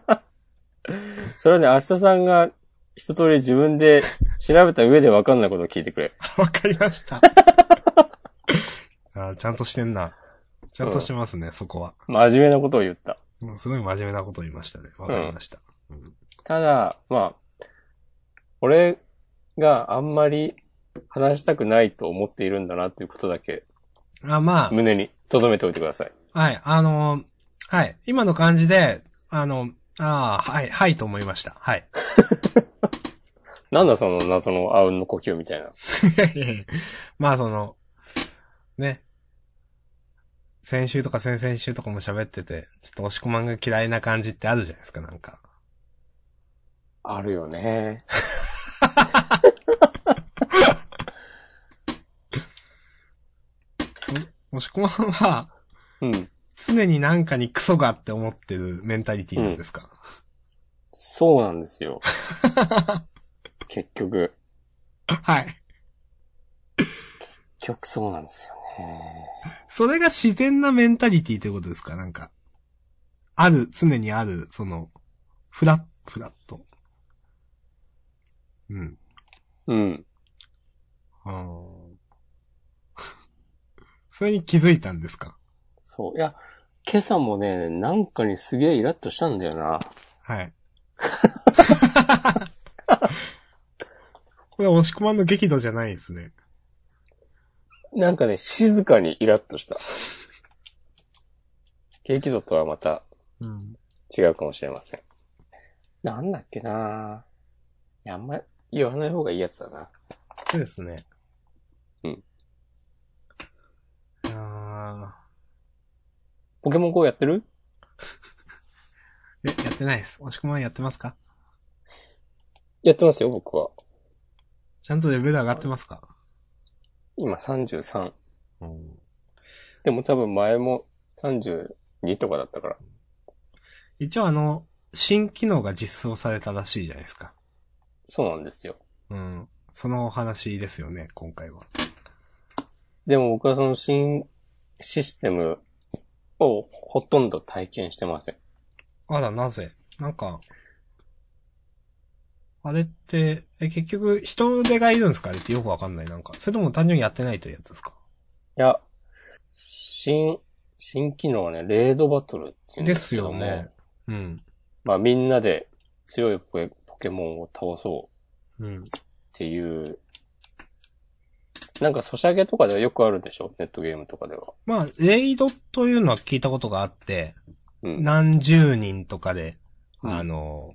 Speaker 2: それはね、明日さんが一通り自分で調べた上で分かんないことを聞いてくれ。
Speaker 1: わかりました。 あーちゃんとしてんな。ちゃんとしてますね、そこは。
Speaker 2: 真面目なことを言った。
Speaker 1: うんすごい真面目なこと言いましたね。わかりました。うん
Speaker 2: ただ、まあ、俺があんまり話したくないと思っているんだなっていうことだけ
Speaker 1: あ、ま
Speaker 2: 胸に留めておいてください。
Speaker 1: あ、はい、あのーはい、今の感じで、あの、ああ、はい、はいと思いました。はい。
Speaker 2: なんだその謎のあうんの呼吸みたいな。
Speaker 1: まあ、その、ね。先週とか先々週とかも喋ってて、ちょっと押し込まんが嫌いな感じってあるじゃないですか、なんか。
Speaker 2: あるよね。
Speaker 1: 押し込まんは、
Speaker 2: うん。
Speaker 1: 常になんかにクソがって思ってるメンタリティなんですか、
Speaker 2: そうなんです よ。結局。
Speaker 1: はい。
Speaker 2: 結局そうなんですよね。
Speaker 1: それが自然なメンタリティということですかなんか。ある、常にある、その、フラッ、フラット。うん。
Speaker 2: うん。
Speaker 1: あー それに気づいたんですか
Speaker 2: そう。いや、今朝もね、なんかにすげえイラッとしたんだよな。
Speaker 1: はい。これ、押し込まんの激怒じゃないですね。
Speaker 2: なんかね、静かにイラッとした。ケーキ度とはまた
Speaker 1: うん。
Speaker 2: 違うかもしれません。なんだっけなぁ。いや、あんま言わない方がいいやつだな。
Speaker 1: そうですね。
Speaker 2: うん。
Speaker 1: あ
Speaker 2: ポケモン GO やってる
Speaker 1: ーえ、やってないです。押し込まんやってますか
Speaker 2: やってますよ、僕は。
Speaker 1: ちゃんとレベル上がってますか
Speaker 2: 今33。
Speaker 1: うん。
Speaker 2: でも多分前も32とかだったから。
Speaker 1: 一応あの、新機能が実装されたらしいじゃないですか。
Speaker 2: そうなんですよ。
Speaker 1: うん。そのお話ですよね、今回は。
Speaker 2: でも僕はその新システムをほとんど体験してません。
Speaker 1: あら、なぜなんか、あれって、え、結局、人手がいるんですかあれってよくわかんない。なんか、それとも単純にやってないというやつですか
Speaker 2: いや、新、新機能はね、レードバトルっていうん
Speaker 1: で
Speaker 2: ですすけど
Speaker 1: よ
Speaker 2: も。
Speaker 1: ね。うん。
Speaker 2: まあみんなで強いポケポケモンを倒そ
Speaker 1: う
Speaker 2: う
Speaker 1: ん。
Speaker 2: っていう。なんかソシャゲとかではよくあるでしょネットゲームとかでは。
Speaker 1: まあ、レイドというのは聞いたことがあって、
Speaker 2: うん。
Speaker 1: 何十人とかで、
Speaker 2: うん
Speaker 1: あの、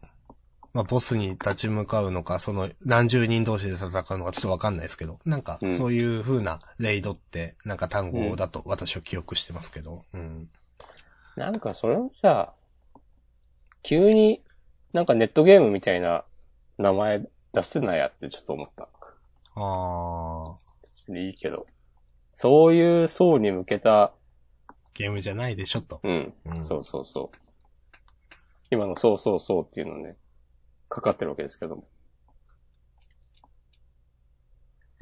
Speaker 1: まあ、ボスに立ち向かうのか、その何十人同士で戦うのかちょっとわかんないですけど、なんか
Speaker 2: う、ん
Speaker 1: そういう風なレイドって、なんか単語だと私は記憶してますけど、うん。
Speaker 2: なんかそれはさ、急になんかネットゲームみたいな名前出せないやってちょっと思った。
Speaker 1: あー、
Speaker 2: 別にいいけど。そういう層に向けた、
Speaker 1: ゲームじゃないでしょ、と。
Speaker 2: うん、
Speaker 1: うん
Speaker 2: そうそうそう。今のそうそうそうっていうのね、かかってるわけですけども。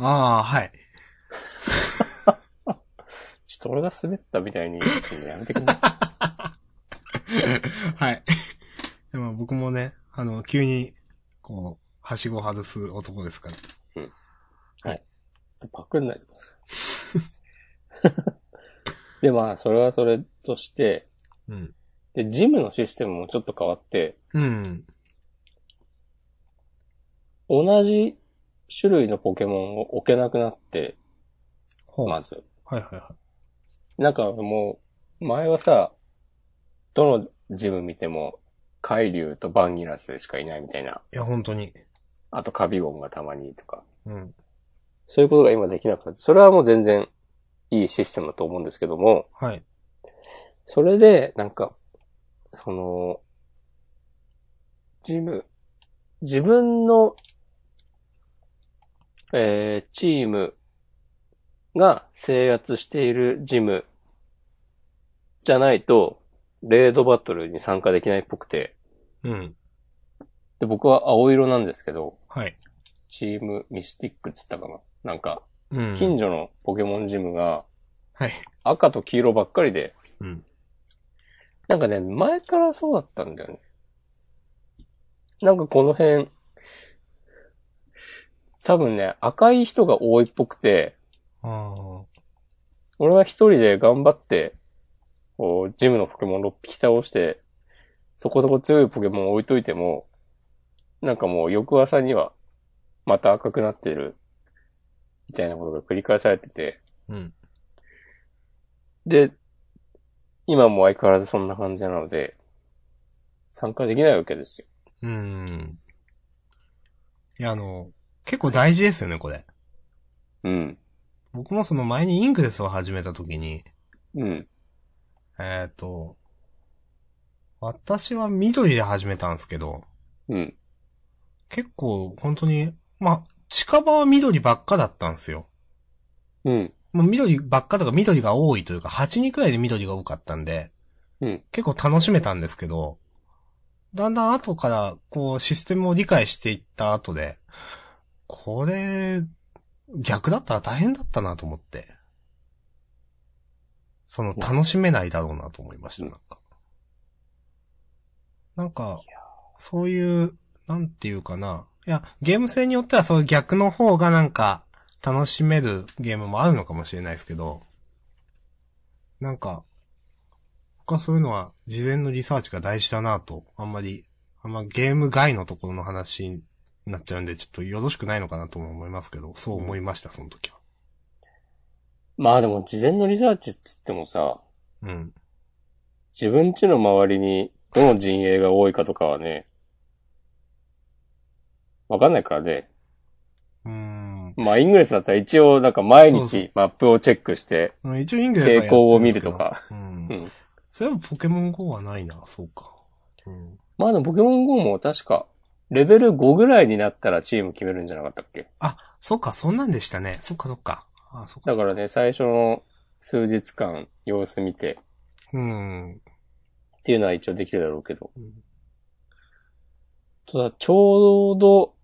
Speaker 1: ああ、はい。
Speaker 2: ちょっと俺が滑ったみたいにするのやめて くんない
Speaker 1: はい。でも僕もね、あの、急に、こう、はしご外す男ですから。
Speaker 2: パクんないでください。 で、まあ、それはそれとして、
Speaker 1: うん。
Speaker 2: で、ジムのシステムもちょっと変わって、
Speaker 1: うん。
Speaker 2: 同じ種類のポケモンを置けなくなって、
Speaker 1: ほ
Speaker 2: まず。
Speaker 1: はいはいは
Speaker 2: なんかもう、前はさ、どのジム見ても、海竜とバンギラスしかいないみたいな、
Speaker 1: い。いや、本当に。
Speaker 2: あとカビゴンがたまにとか、
Speaker 1: うん。
Speaker 2: そういうことが今できなくなって、それはもう全然いいシステムだと思うんですけども、
Speaker 1: はい。
Speaker 2: それで、なんか、その、ジム、自分の、えー、チームが制圧しているジムじゃないと、レードバトルに参加できないっぽくて、
Speaker 1: うん。
Speaker 2: で、僕は青色なんですけど、
Speaker 1: はい。
Speaker 2: チームミスティックっつったかななんか、
Speaker 1: うん。
Speaker 2: 近所のポケモンジムが
Speaker 1: はい。
Speaker 2: 赤と黄色ばっかりで、
Speaker 1: うん。
Speaker 2: なんかね、前からそうだったんだよね。なんかこの辺、多分ね、赤い人が多いっぽくて、
Speaker 1: あ
Speaker 2: 俺は一人で頑張って、こう、ジムのポケモン6匹倒して、そこそこ強いポケモンを置いといても、なんかもう翌朝には、また赤くなってる、みたいなことが繰り返されてて、
Speaker 1: あ。うん。
Speaker 2: で、今も相変わらずそんな感じなので、参加できないわけですよ。
Speaker 1: うん。いや、あの、結構大事ですよね、これ。
Speaker 2: うん。
Speaker 1: 僕もその前にインクレスを始めた時に、
Speaker 2: うん。
Speaker 1: えっ、と、私は緑で始めたんですけど、
Speaker 2: うん。
Speaker 1: 結構本当に、まあ、近場は緑ばっかだったんですよ。
Speaker 2: うん。
Speaker 1: もう緑ばっかとか緑が多いというか、8人くらいで緑が多かったんで、
Speaker 2: うん
Speaker 1: 結構楽しめたんですけど、だんだん後から、こう、システムを理解していった後で、これ、逆だったら大変だったなと思って、その、楽しめないだろうなと思いました、なんか。なんか、そういう、なんていうかな。いや、ゲーム性によってはそういう逆の方がなんか、楽しめるゲームもあるのかもしれないですけど、なんか、僕はそういうのは事前のリサーチが大事だなと、あんまり、あんまゲーム外のところの話になっちゃうんで、ちょっとよろしくないのかなとも思いますけど、そう思いました、その時は。
Speaker 2: まあでも事前のリサーチっつってもさ、
Speaker 1: うん。
Speaker 2: 自分家の周りにどの陣営が多いかとかはね、わかんないからね。
Speaker 1: うーん。
Speaker 2: まあイングレスだったら一応なんか毎
Speaker 1: そうそ
Speaker 2: 日マップをチェックして、
Speaker 1: うん一応イングレスはやって
Speaker 2: 傾向を
Speaker 1: るんで
Speaker 2: 見
Speaker 1: す
Speaker 2: る
Speaker 1: けど
Speaker 2: とか。
Speaker 1: うん。
Speaker 2: うん
Speaker 1: それはポケモン GO はないな、そうか。うん。
Speaker 2: まあでもポケモン GO も確か、レベル5ぐらいになったらチーム決めるんじゃなかったっけ
Speaker 1: あ、そうか、そんなんでしたね。そっかそっか。あ、そっか。
Speaker 2: だからね、最初の数日間様子見て
Speaker 1: うん。
Speaker 2: っていうのは一応できるだろうけど。
Speaker 1: うん
Speaker 2: ただ、ちょうど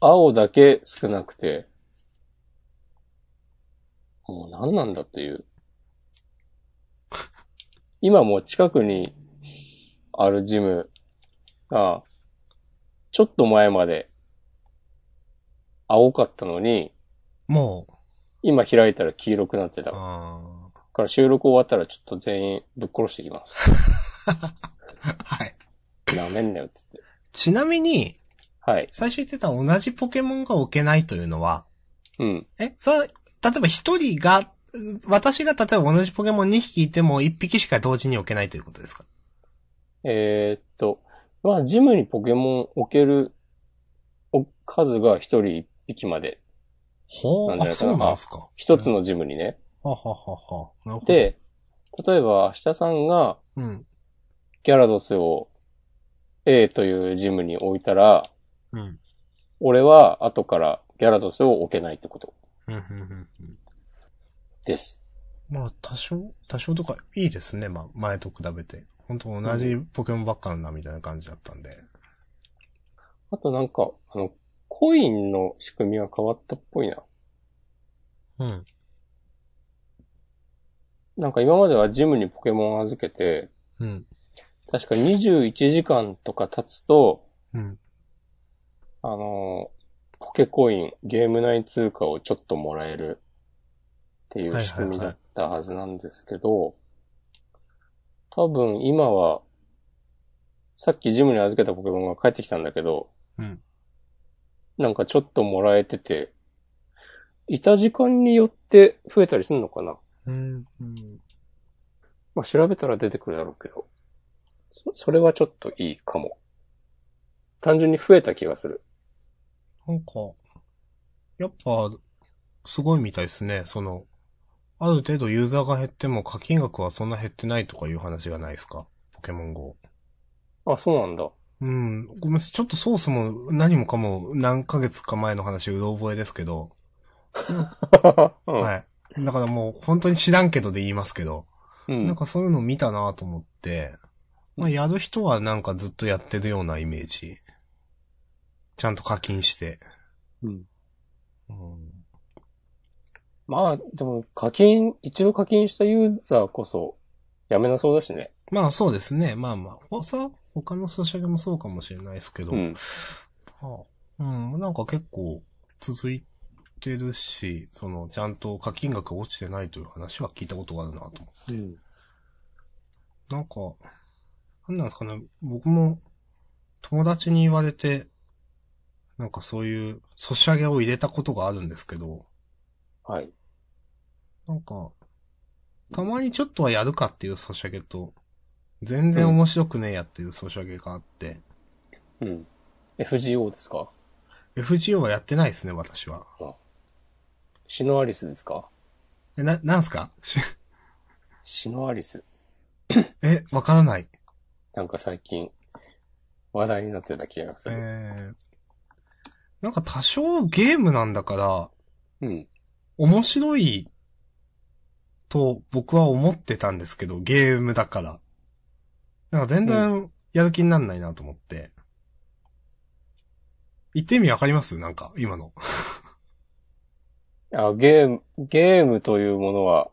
Speaker 2: 青だけ少なくて、もう何なんだという。今もう近くにあるジムが、ちょっと前まで青かったのに、
Speaker 1: もう、
Speaker 2: 今開いたら黄色くなってた。だ
Speaker 1: あ
Speaker 2: から収録終わったらちょっと全員ぶっ殺してきます。
Speaker 1: ーはい。
Speaker 2: なめんなよっつって。
Speaker 1: ちなみに、
Speaker 2: はい。
Speaker 1: 最初言ってた同じポケモンが置けないというのは、
Speaker 2: うん。
Speaker 1: え、それは、例えば一人が、う私が例えば同じポケモン2匹いても1匹しか同時に置けないということですか
Speaker 2: えーっと、まあ、ジムにポケモンを置けるお数が一人一匹まで。
Speaker 1: ほ
Speaker 2: なん
Speaker 1: う、あ、
Speaker 2: じゃないか
Speaker 1: そ
Speaker 2: な
Speaker 1: うなんですか。
Speaker 2: 一つのジムにね。
Speaker 1: はははは。なるほど。、
Speaker 2: で、例えば、明日さんが
Speaker 1: うん。
Speaker 2: ギャラドスを A というジムに置いたら、
Speaker 1: うん。
Speaker 2: 俺は後からギャラドスを置けないってこと
Speaker 1: うん、うん、うんうん。
Speaker 2: です。
Speaker 1: まあ、多少、多少とか、いいですね。まあ、前と比べて。本当同じポケモンばっかなんだ、みたいな感じだったんで。
Speaker 2: あとなんか、あの、コインの仕組みが変わったっぽいな。
Speaker 1: うん。
Speaker 2: なんか今まではジムにポケモンを預けて、
Speaker 1: うん。
Speaker 2: 確か21時間とか経つと、
Speaker 1: うん。
Speaker 2: あのー、ポケコイン、ゲーム内通貨をちょっともらえるっていう仕組みだったはずなんですけど、多分今は、さっきジムに預けたポケモンが帰ってきたんだけど、
Speaker 1: うん
Speaker 2: なんかちょっともらえてて、いた時間によって増えたりするのかな
Speaker 1: うん。うん。
Speaker 2: まあ調べたら出てくるだろうけど、そそれはちょっといいかも。単純に増えた気がする。
Speaker 1: なんか、やっぱ、すごいみたいですね。その、ある程度ユーザーが減っても課金額はそんな減ってないとかいう話がないですかポケモン GO。
Speaker 2: あ、そうなんだ。
Speaker 1: うん。ごめんなさい。ちょっとソースも何もかも何ヶ月か前の話、うろ覚えですけど。
Speaker 2: うん
Speaker 1: はい。だからもう本当に知らんけどで言いますけど。
Speaker 2: うん
Speaker 1: なんかそういうの見たなと思って。まあ、やる人はなんかずっとやってるようなイメージ。ちゃんと課金して。
Speaker 2: うん
Speaker 1: うん。
Speaker 2: まあ、でも課金、一度課金したユーザーこそ、やめなそうだしね。
Speaker 1: まあそうですね。まあまあ。ほさ、他のソシャゲもそうかもしれないですけど。
Speaker 2: うん
Speaker 1: まあうん。なんか結構続いてるし、その、ちゃんと課金額が落ちてないという話は聞いたことがあるなと思
Speaker 2: うん。
Speaker 1: う。なんか、なんなんですかね。僕も友達に言われて、なんかそういうソシャゲを入れたことがあるんですけど、
Speaker 2: はい。
Speaker 1: なんか、たまにちょっとはやるかっていうソシャゲと、全然面白くねえやっていうソシャゲがあって、
Speaker 2: うん。FGO ですか
Speaker 1: FGO はやってないですね、私は。
Speaker 2: シノアリスですか
Speaker 1: え、な、なんすか し
Speaker 2: シノアリス。
Speaker 1: え、わからない。
Speaker 2: なんか最近、話題になってた気がす
Speaker 1: え
Speaker 2: る。
Speaker 1: ー、なんか多少ゲームなんだから、
Speaker 2: うん。
Speaker 1: 面白いと僕は思ってたんですけど、ゲームだから。なんか全然やる気になんないなと思って。言って意味わかりますなんか、今の。
Speaker 2: あ、ゲーム、ゲームというものは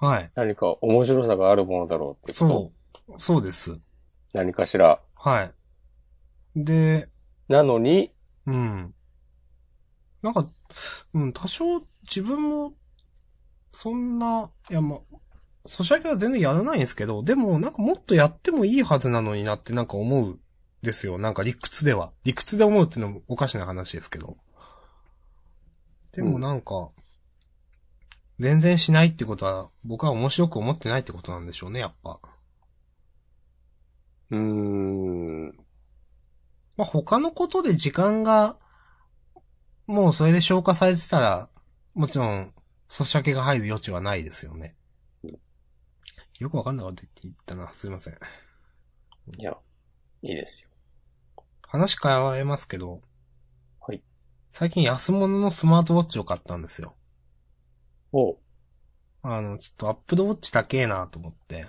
Speaker 1: はい。
Speaker 2: 何か面白さがあるものだろうってこと。
Speaker 1: そう。そうです。
Speaker 2: 何かしら。
Speaker 1: はい。で、
Speaker 2: なのに、
Speaker 1: うん。なんか、うん、多少自分も、そんな、いや、まあ、ソシャゲは全然やらないんですけど、でも、なんかもっとやってもいいはずなのになってなんか思うんですよ。なんか理屈では。理屈で思うっていうのもおかしな話ですけど。でもなんか、全然しないってことは、僕は面白く思ってないってことなんでしょうね、やっぱ。
Speaker 2: うーん。
Speaker 1: まあ、他のことで時間が、もうそれで消化されてたら、もちろん、そしゃけが入る余地はないですよね。よくわかんなかったって言ったな。すいません。
Speaker 2: いや、いいですよ。
Speaker 1: 話変わりますけど。
Speaker 2: はい。
Speaker 1: 最近安物のスマートウォッチを買ったんですよ。
Speaker 2: おう
Speaker 1: あの、ちょっとアップルウォッチ高えなと思って。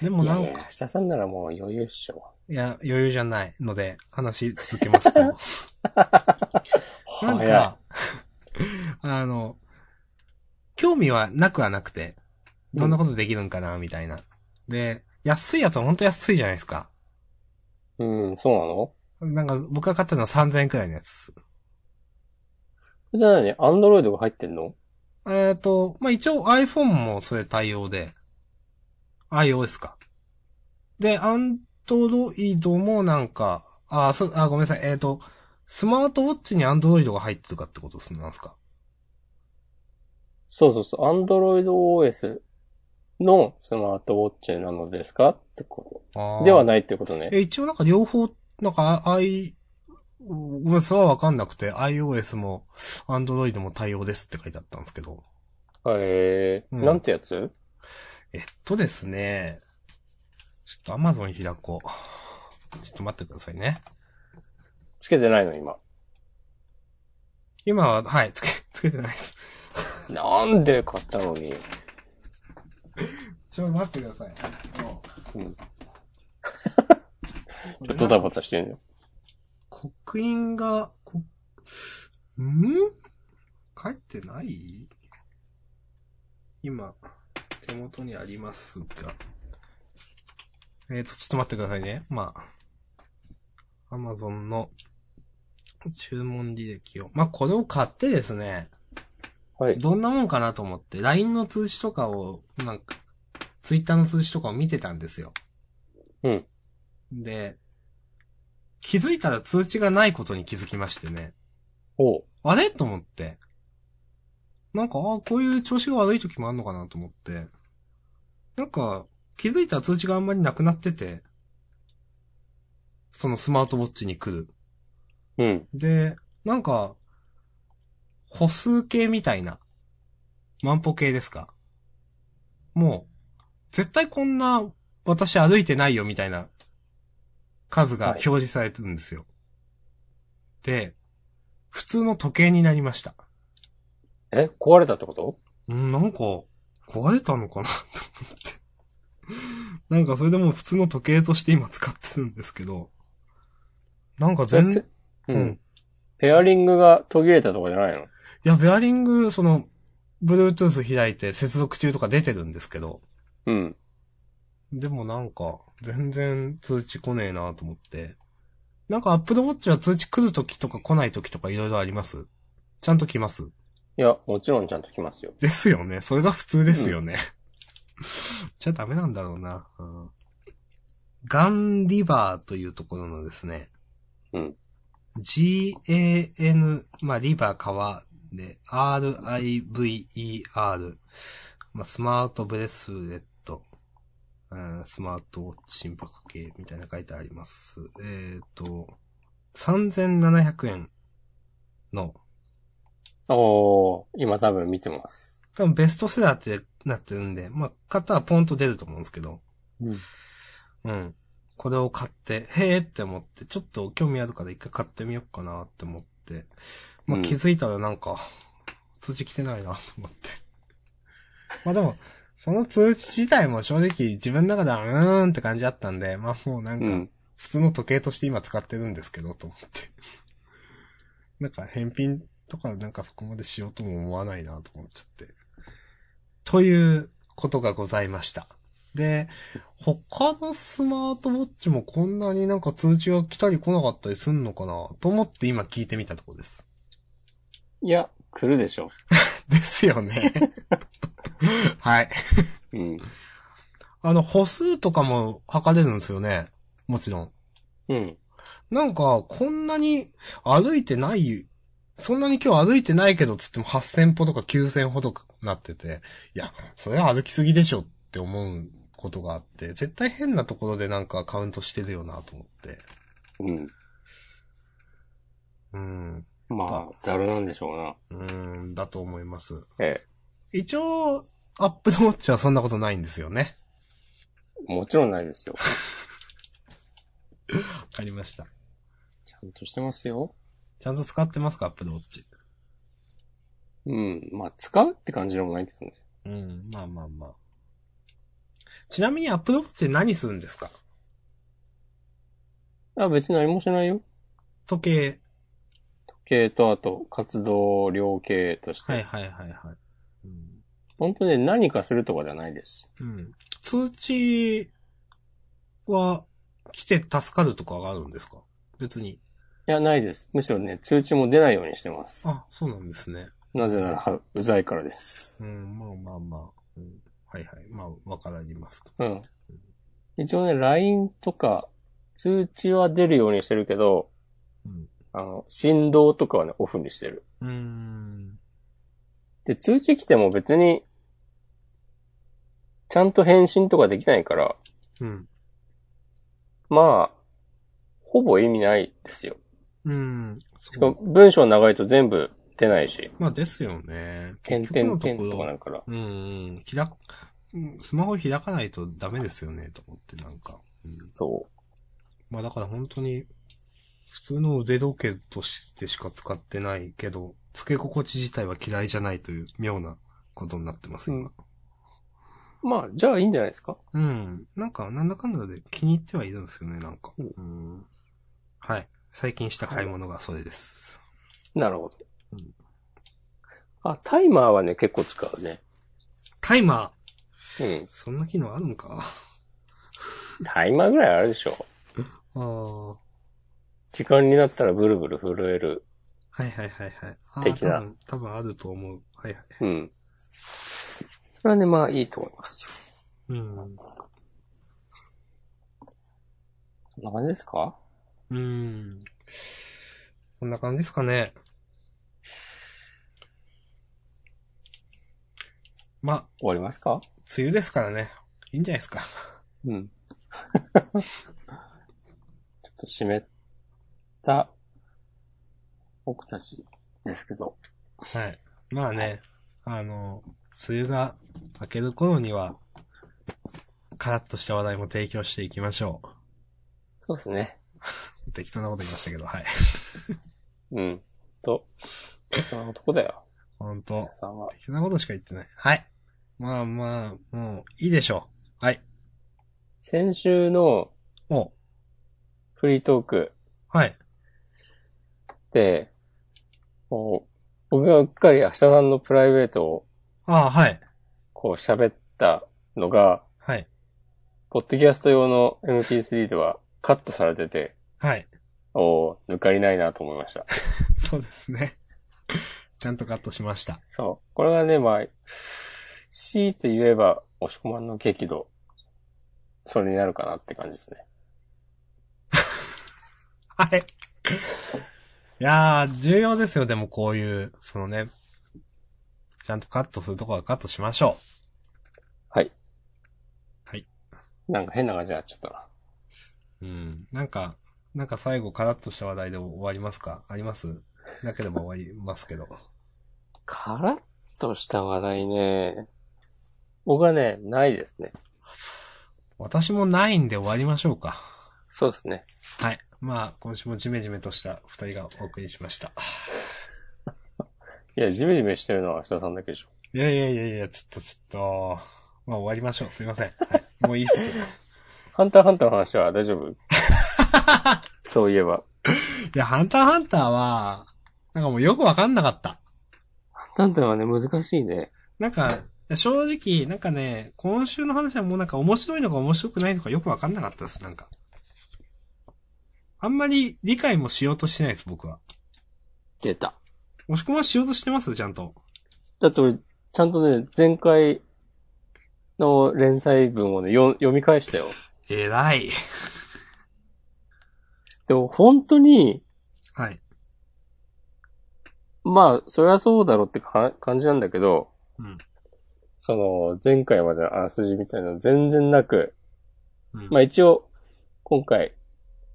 Speaker 1: でも
Speaker 2: い
Speaker 1: な
Speaker 2: や
Speaker 1: ん
Speaker 2: い
Speaker 1: か
Speaker 2: や、、明日さんならもう余裕っしょ。
Speaker 1: いや、余裕じゃないので、話続け ますと。なん
Speaker 2: 早い
Speaker 1: か、 あの、興味はなくはなくて、どんなことできるんかな、みたいな。で、安いやつは本当安いじゃないですか。
Speaker 2: うん、そうなの
Speaker 1: なんか、僕が買ったのは3000円くらいのやつ。
Speaker 2: じゃあ何アンドロイドが入ってんの
Speaker 1: えっ、と、まあ、一応 iPhone もそれ対応で、iOS か。で、Android もなんか、あ、そ、あ、ごめんなさい、えっ、と、スマートウォッチに Android が入ってるかってことすなんですか
Speaker 2: そうそうそう、アンドロイド OS のスマートウォッチなのですかってこ
Speaker 1: あ
Speaker 2: と。
Speaker 1: ー
Speaker 2: ではないってことね。
Speaker 1: え、一応なんか両方、なんか、あ I、ごめんなさい、それはわかんなくて、iOS も Android も対応ですって書いてあったんですけど。
Speaker 2: えー
Speaker 1: うん
Speaker 2: なんてやつ
Speaker 1: えっとですね、ちょっと Amazon 開こう。ちょっと待ってくださいね。
Speaker 2: つけてないの今。
Speaker 1: 今は、はい、つけ、 つけてないです。
Speaker 2: なんで買ったのに。
Speaker 1: ちょっと待ってください。も
Speaker 2: うん
Speaker 1: う
Speaker 2: ドタバタしてんの。
Speaker 1: 刻印が、こん書いてない今、手元にありますが。えーと、ちょっと待ってくださいね。まあ、Amazon の注文履歴を。まあ、これを買ってですね、
Speaker 2: はい。
Speaker 1: どんなもんかなと思って、LINE の通知とかを、なんか、Twitter の通知とかを見てたんですよ。
Speaker 2: うん。
Speaker 1: で、気づいたら通知がないことに気づきましてね。
Speaker 2: おう。
Speaker 1: あれと思って。なんか、ああ、こういう調子が悪い時もあんのかなと思って。なんか、気づいたら通知があんまりなくなってて、そのスマートウォッチに来る。
Speaker 2: うん。
Speaker 1: で、なんか、歩数計みたいな。万歩計ですかもう、絶対こんな、私歩いてないよみたいな、数が表示されてるんですよ。で、普通の時計になりました。
Speaker 2: え壊れたってこと
Speaker 1: うん、なんか、壊れたのかな と思って。なんかそれでもう普通の時計として今使ってるんですけど、なんか全、
Speaker 2: う
Speaker 1: うん
Speaker 2: ん。。ペアリングが途切れたとかじゃないの
Speaker 1: いや、ベアリング、その、Bluetooth 開いて接続中とか出てるんですけど、
Speaker 2: うん。
Speaker 1: でもなんか、全然通知来ねえなと思って。なんか Apple Watch は通知来るときとか来ないときとかいろいろありますちゃんと来ます
Speaker 2: いや、もちろんちゃんと来ますよ。
Speaker 1: ですよね。それが普通ですよね。じゃダメなんだろうな。うんガンリバーというところのですね。
Speaker 2: うん。
Speaker 1: GAN、まあ、リバー川で、RIVER、まあ、スマートブレスレット、うんスマートウォッチ心拍計みたいな書いてあります。えっ、と、3700円の、
Speaker 2: おー、今多分見てます。
Speaker 1: 多分ベストセラーってなってるんで、まあ、買ったらポンと出ると思うんですけど、
Speaker 2: うん。
Speaker 1: うん。これを買って、へーって思って、ちょっと興味あるから一回買ってみようかなって思って、ま
Speaker 2: う
Speaker 1: あ、
Speaker 2: ん
Speaker 1: 気づいたらなんか、通知来てないなと思って。 まあでも、その通知自体も正直自分の中ではうーんって感じだったんで、まあもうなん
Speaker 2: う
Speaker 1: か
Speaker 2: ん、。
Speaker 1: 普通の時計として今使ってるんですけど、と思って。 なんか返品とかなんかそこまでしようとも思わないなと思っちゃって。ということがございました。で、他のスマートウォッチもこんなになんか通知が来たり来なかったりすんのかなと思って今聞いてみたところです。
Speaker 2: いや、来るでしょ。
Speaker 1: ですよね。はい。
Speaker 2: うん。
Speaker 1: あの、歩数とかも測れるんですよね。もちろん。
Speaker 2: うん。
Speaker 1: なんか、こんなに歩いてないそんなに今日歩いてないけどつっても8000歩とか9000歩とかなってて、いや、それは歩きすぎでしょって思うことがあって、絶対変なところでなんかカウントしてるよなと思って。
Speaker 2: うん。
Speaker 1: うん。
Speaker 2: まあ、ざるなんでしょうな。
Speaker 1: うん、だと思います。
Speaker 2: え
Speaker 1: 一応、アップルウォッチはそんなことないんですよね。
Speaker 2: え。もちろんないですよ。
Speaker 1: わかりました。
Speaker 2: ちゃんとしてますよ。
Speaker 1: ちゃんと使ってますか、アップルウォッチ。
Speaker 2: うん。まあ、使うって感じでもないけどね。
Speaker 1: うん、まあまあまあ。ちなみにアップルウォッチで何するんですか
Speaker 2: あ、別に何もしないよ。
Speaker 1: 時計。
Speaker 2: 時計と、あと、活動量計として。
Speaker 1: はいはいはいはい。うん
Speaker 2: 本当に何かするとかじゃないです。
Speaker 1: うん。通知は来て助かるとかがあるんですか別に。
Speaker 2: いや、ないです。むしろね、通知も出ないようにしてます。
Speaker 1: あ、そうなんですね。
Speaker 2: なぜなら、うざいからです
Speaker 1: う。ん、まあまあまあ。うん、はいはい。まあ、わからります。
Speaker 2: うん。一応ね、LINE とか、通知は出るようにしてるけど、
Speaker 1: うん。
Speaker 2: あの、振動とかはね、オフにしてる。
Speaker 1: うーん。
Speaker 2: で、通知来ても別に、ちゃんと返信とかできないから、
Speaker 1: うん。
Speaker 2: まあ、ほぼ意味ないですよ。
Speaker 1: うん。
Speaker 2: し
Speaker 1: そ
Speaker 2: かも
Speaker 1: う。
Speaker 2: 文章長いと全部出ないし、
Speaker 1: まあですよね。
Speaker 2: 点
Speaker 1: 結局のと
Speaker 2: 々点
Speaker 1: こ
Speaker 2: とかな
Speaker 1: ろ。
Speaker 2: るから。
Speaker 1: うん、うん。開くうん、スマホ開かないとダメですよね、と思って、なんか。うん
Speaker 2: そ
Speaker 1: まあだから本当に、普通の腕時計としてしか使ってないけど、付け心地自体は嫌いじゃないという妙なことになってます、今。
Speaker 2: う。まあ、じゃあいいんじゃないですか
Speaker 1: うん。なんか、なんだかんだで気に入ってはいるんですよね、なんか。
Speaker 2: う
Speaker 1: うんはい。最近した買い物がそれです。
Speaker 2: なるほど
Speaker 1: うん。
Speaker 2: あ、タイマーはね、結構使うね。
Speaker 1: タイマ
Speaker 2: うん
Speaker 1: ー。そんな機能あるのか
Speaker 2: タイマーぐらいあるでしょ。
Speaker 1: ああ。は
Speaker 2: 時間になったらブルブル震える。
Speaker 1: いはいはいはい。あー
Speaker 2: 的な
Speaker 1: 多分、多分あると思う。はいはい。
Speaker 2: うん。それはね、まあいいと思いますよ。
Speaker 1: うん。
Speaker 2: そんな感じですか
Speaker 1: うん。こんな感じですかね。まあ、
Speaker 2: 終わりますか
Speaker 1: 梅雨ですからね。いいんじゃないですか。
Speaker 2: うん。 ちょっと湿った僕たちですけど。
Speaker 1: はい。まあね、あの、梅雨が明ける頃には、カラッとした話題も提供していきましょ
Speaker 2: そうですね。
Speaker 1: う。適当なこと言いましたけど、はい。
Speaker 2: うん。と、そのとこだよ。
Speaker 1: ほんと
Speaker 2: 皆、さんは。
Speaker 1: 適当なことしか言ってない。はい。まあまあ、もう、いいでしょう。はい。
Speaker 2: 先週の
Speaker 1: も
Speaker 2: フリートーク
Speaker 1: う、はい。
Speaker 2: で、こう僕がうっかり明日さんのプライベートを
Speaker 1: ああ、はい。
Speaker 2: こう喋ったのが、
Speaker 1: はい。
Speaker 2: ポッドキャスト用の MP3 ではカットされてて、
Speaker 1: はい。
Speaker 2: おー抜かりないなと思いました。
Speaker 1: そうですね。ちゃんとカットしました。
Speaker 2: そう。これがね、まあ、強いて言えば、押し込まんの激怒、それになるかなって感じですね。
Speaker 1: はい。いやー、重要ですよ、でもこういう、そのね、ちゃんとカットするとこはカットしましょ
Speaker 2: はい。
Speaker 1: はい。
Speaker 2: なんか変な感じになっちゃったな。
Speaker 1: う。うん。なんか、なんか最後カラッとした話題で終わりますかありますなければ終わりますけど。
Speaker 2: カラッとした話題ね。僕はね、ないですね。
Speaker 1: 私もないんで終わりましょうか。
Speaker 2: そうですね。
Speaker 1: はい。まあ、今週もジメジメとした二人がお送りしました。
Speaker 2: いや、ジメジメしてるのは明日さんだけでしょ。
Speaker 1: いやいやいやいや、ちょっとちょっと、まあ終わりましょう。すいません。はい。もういいっすよ。
Speaker 2: ハンターハンターの話は大丈 夫そういえば。
Speaker 1: いや、ハンターハンターは、なんかもうよくわかんなかった。
Speaker 2: ハンターハンターはね、難しいね。
Speaker 1: なんか、正直、なんかね、今週の話はもうなんか面白いのか面白くないのかよくわかんなかったです、なんか。あんまり理解もしようとしてないです、僕は。
Speaker 2: 出た。
Speaker 1: もしくはしようとしてますちゃんと。
Speaker 2: だって俺、ちゃんとね、前回の連載文をね、よ読み返したよ。
Speaker 1: 偉い。
Speaker 2: でも本当に、
Speaker 1: はい。
Speaker 2: まあ、それはそうだろうってか感じなんだけど、
Speaker 1: うん
Speaker 2: その、前回までのあらすじみたいなの全然なく、
Speaker 1: うん
Speaker 2: まあ一応、今回、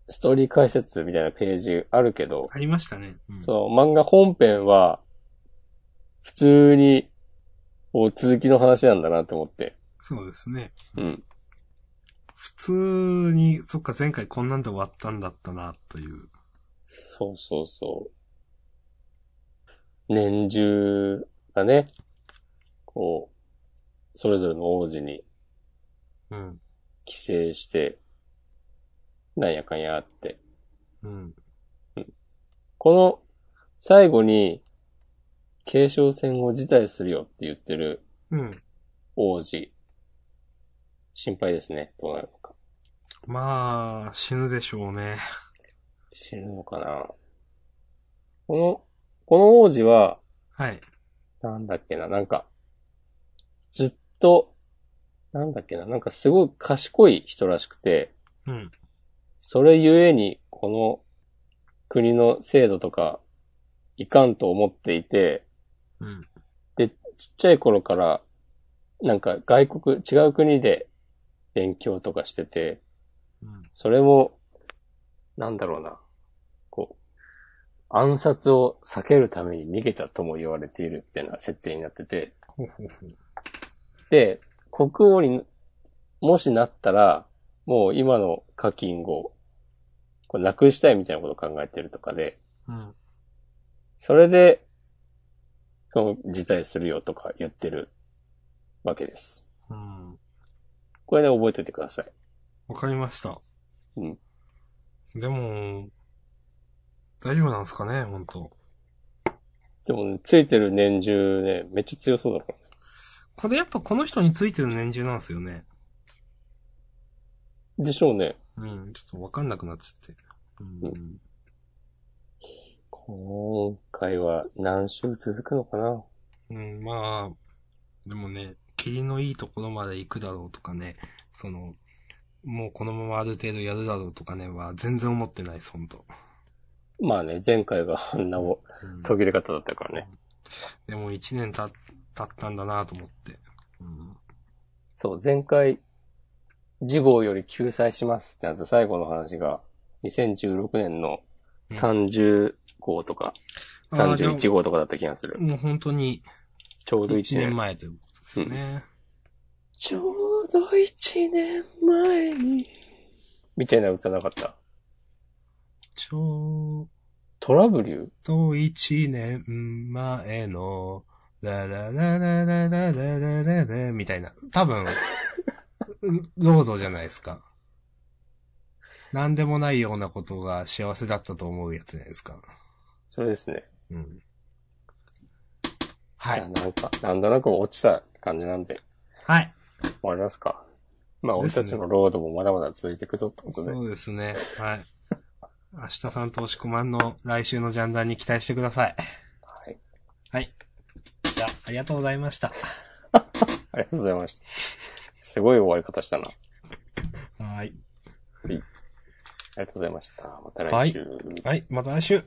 Speaker 2: ストーリー解説みたいなページあるけど、
Speaker 1: ありましたね。うん
Speaker 2: その漫画本編は、普通に、こう続きの話なんだなと思って。
Speaker 1: そうですね。
Speaker 2: うん。
Speaker 1: 普通に、そっか、前回こんなんで終わったんだったな、という。
Speaker 2: そうそうそう。年中がね、こう、それぞれの王子に
Speaker 1: うん。
Speaker 2: 帰省して、なんやかんやあって。
Speaker 1: うん。
Speaker 2: この、最後に、継承戦を辞退するよって言ってる
Speaker 1: うん。
Speaker 2: 王子。心配ですね。どうなるのか。
Speaker 1: まあ、死ぬでしょうね。
Speaker 2: 死ぬのかなこの、この王子は、
Speaker 1: はい。
Speaker 2: なんだっけな、なんか、ずっと、なんだっけな、なんかすごい賢い人らしくて、
Speaker 1: うん。
Speaker 2: それゆえに、この国の制度とか、いかんと思っていて、
Speaker 1: うん。
Speaker 2: ちっちゃい頃から、なんか外国、違う国で勉強とかしてて、
Speaker 1: うん。
Speaker 2: それも、なんだろうな、こう、暗殺を避けるために逃げたとも言われているみたいな設定になってて、
Speaker 1: ほうほうほう。
Speaker 2: で、国王にもしなったら、もう今の課金を、こうなくしたいみたいなことを考えてるとかで、
Speaker 1: うん。
Speaker 2: それで、その、辞退するよとか言ってるわけです。
Speaker 1: うん。
Speaker 2: これで覚えておいてください。
Speaker 1: わかりました。
Speaker 2: うん。
Speaker 1: でも、大丈夫なんですかね、本当
Speaker 2: でもね、ついてる年中ね、めっちゃ強そうだからね。
Speaker 1: これやっぱこの人についてる年中なんですよね。
Speaker 2: でしょうね。
Speaker 1: うん。ちょっとわかんなくなっちゃって。うん。
Speaker 2: 今回は何週続くのかな
Speaker 1: うん、まあ、でもね、霧のいいところまで行くだろうとかね、その、もうこのままある程度やるだろうとかね、は全然思ってないです、ほんと。
Speaker 2: まあね、前回があんなも
Speaker 1: うん
Speaker 2: 途切れ方だったからね。
Speaker 1: でも一年た経ったんだなと思って。うん。
Speaker 2: そう、前回、次号より救済しますってなった最後の話が、2016年の30号とか、
Speaker 1: あーじゃあ
Speaker 2: 31号とかだった気がする。
Speaker 1: もう本当に
Speaker 2: ちょうど1
Speaker 1: 1
Speaker 2: 年
Speaker 1: 年前ということですね。
Speaker 2: ちょうど一年前に。みたいな歌なかった。
Speaker 1: ちょ
Speaker 2: トラブリュー
Speaker 1: うど一年前の、ララララララララララみたいな。多分、ロードじゃないですか。なんでもないようなことが幸せだったと思うやつじゃないですか。
Speaker 2: それですね。
Speaker 1: うん。は
Speaker 2: じゃあ
Speaker 1: い。
Speaker 2: なんか、なんとなく落ちた感じなんで、
Speaker 1: はい。
Speaker 2: 終わりますか。まあ、
Speaker 1: で
Speaker 2: 俺
Speaker 1: すね
Speaker 2: たちのロードもまだまだ続いていくぞってことで。
Speaker 1: そうですね。はい。明日さん投資コマンの来週のジャンダンに期待してください。
Speaker 2: はい。
Speaker 1: はい。じゃあ、ありがとうございました。
Speaker 2: ありがとうございました。すごい終わり方したな。あ
Speaker 1: はい。
Speaker 2: りがとうございました。また来週。
Speaker 1: はい、また来週。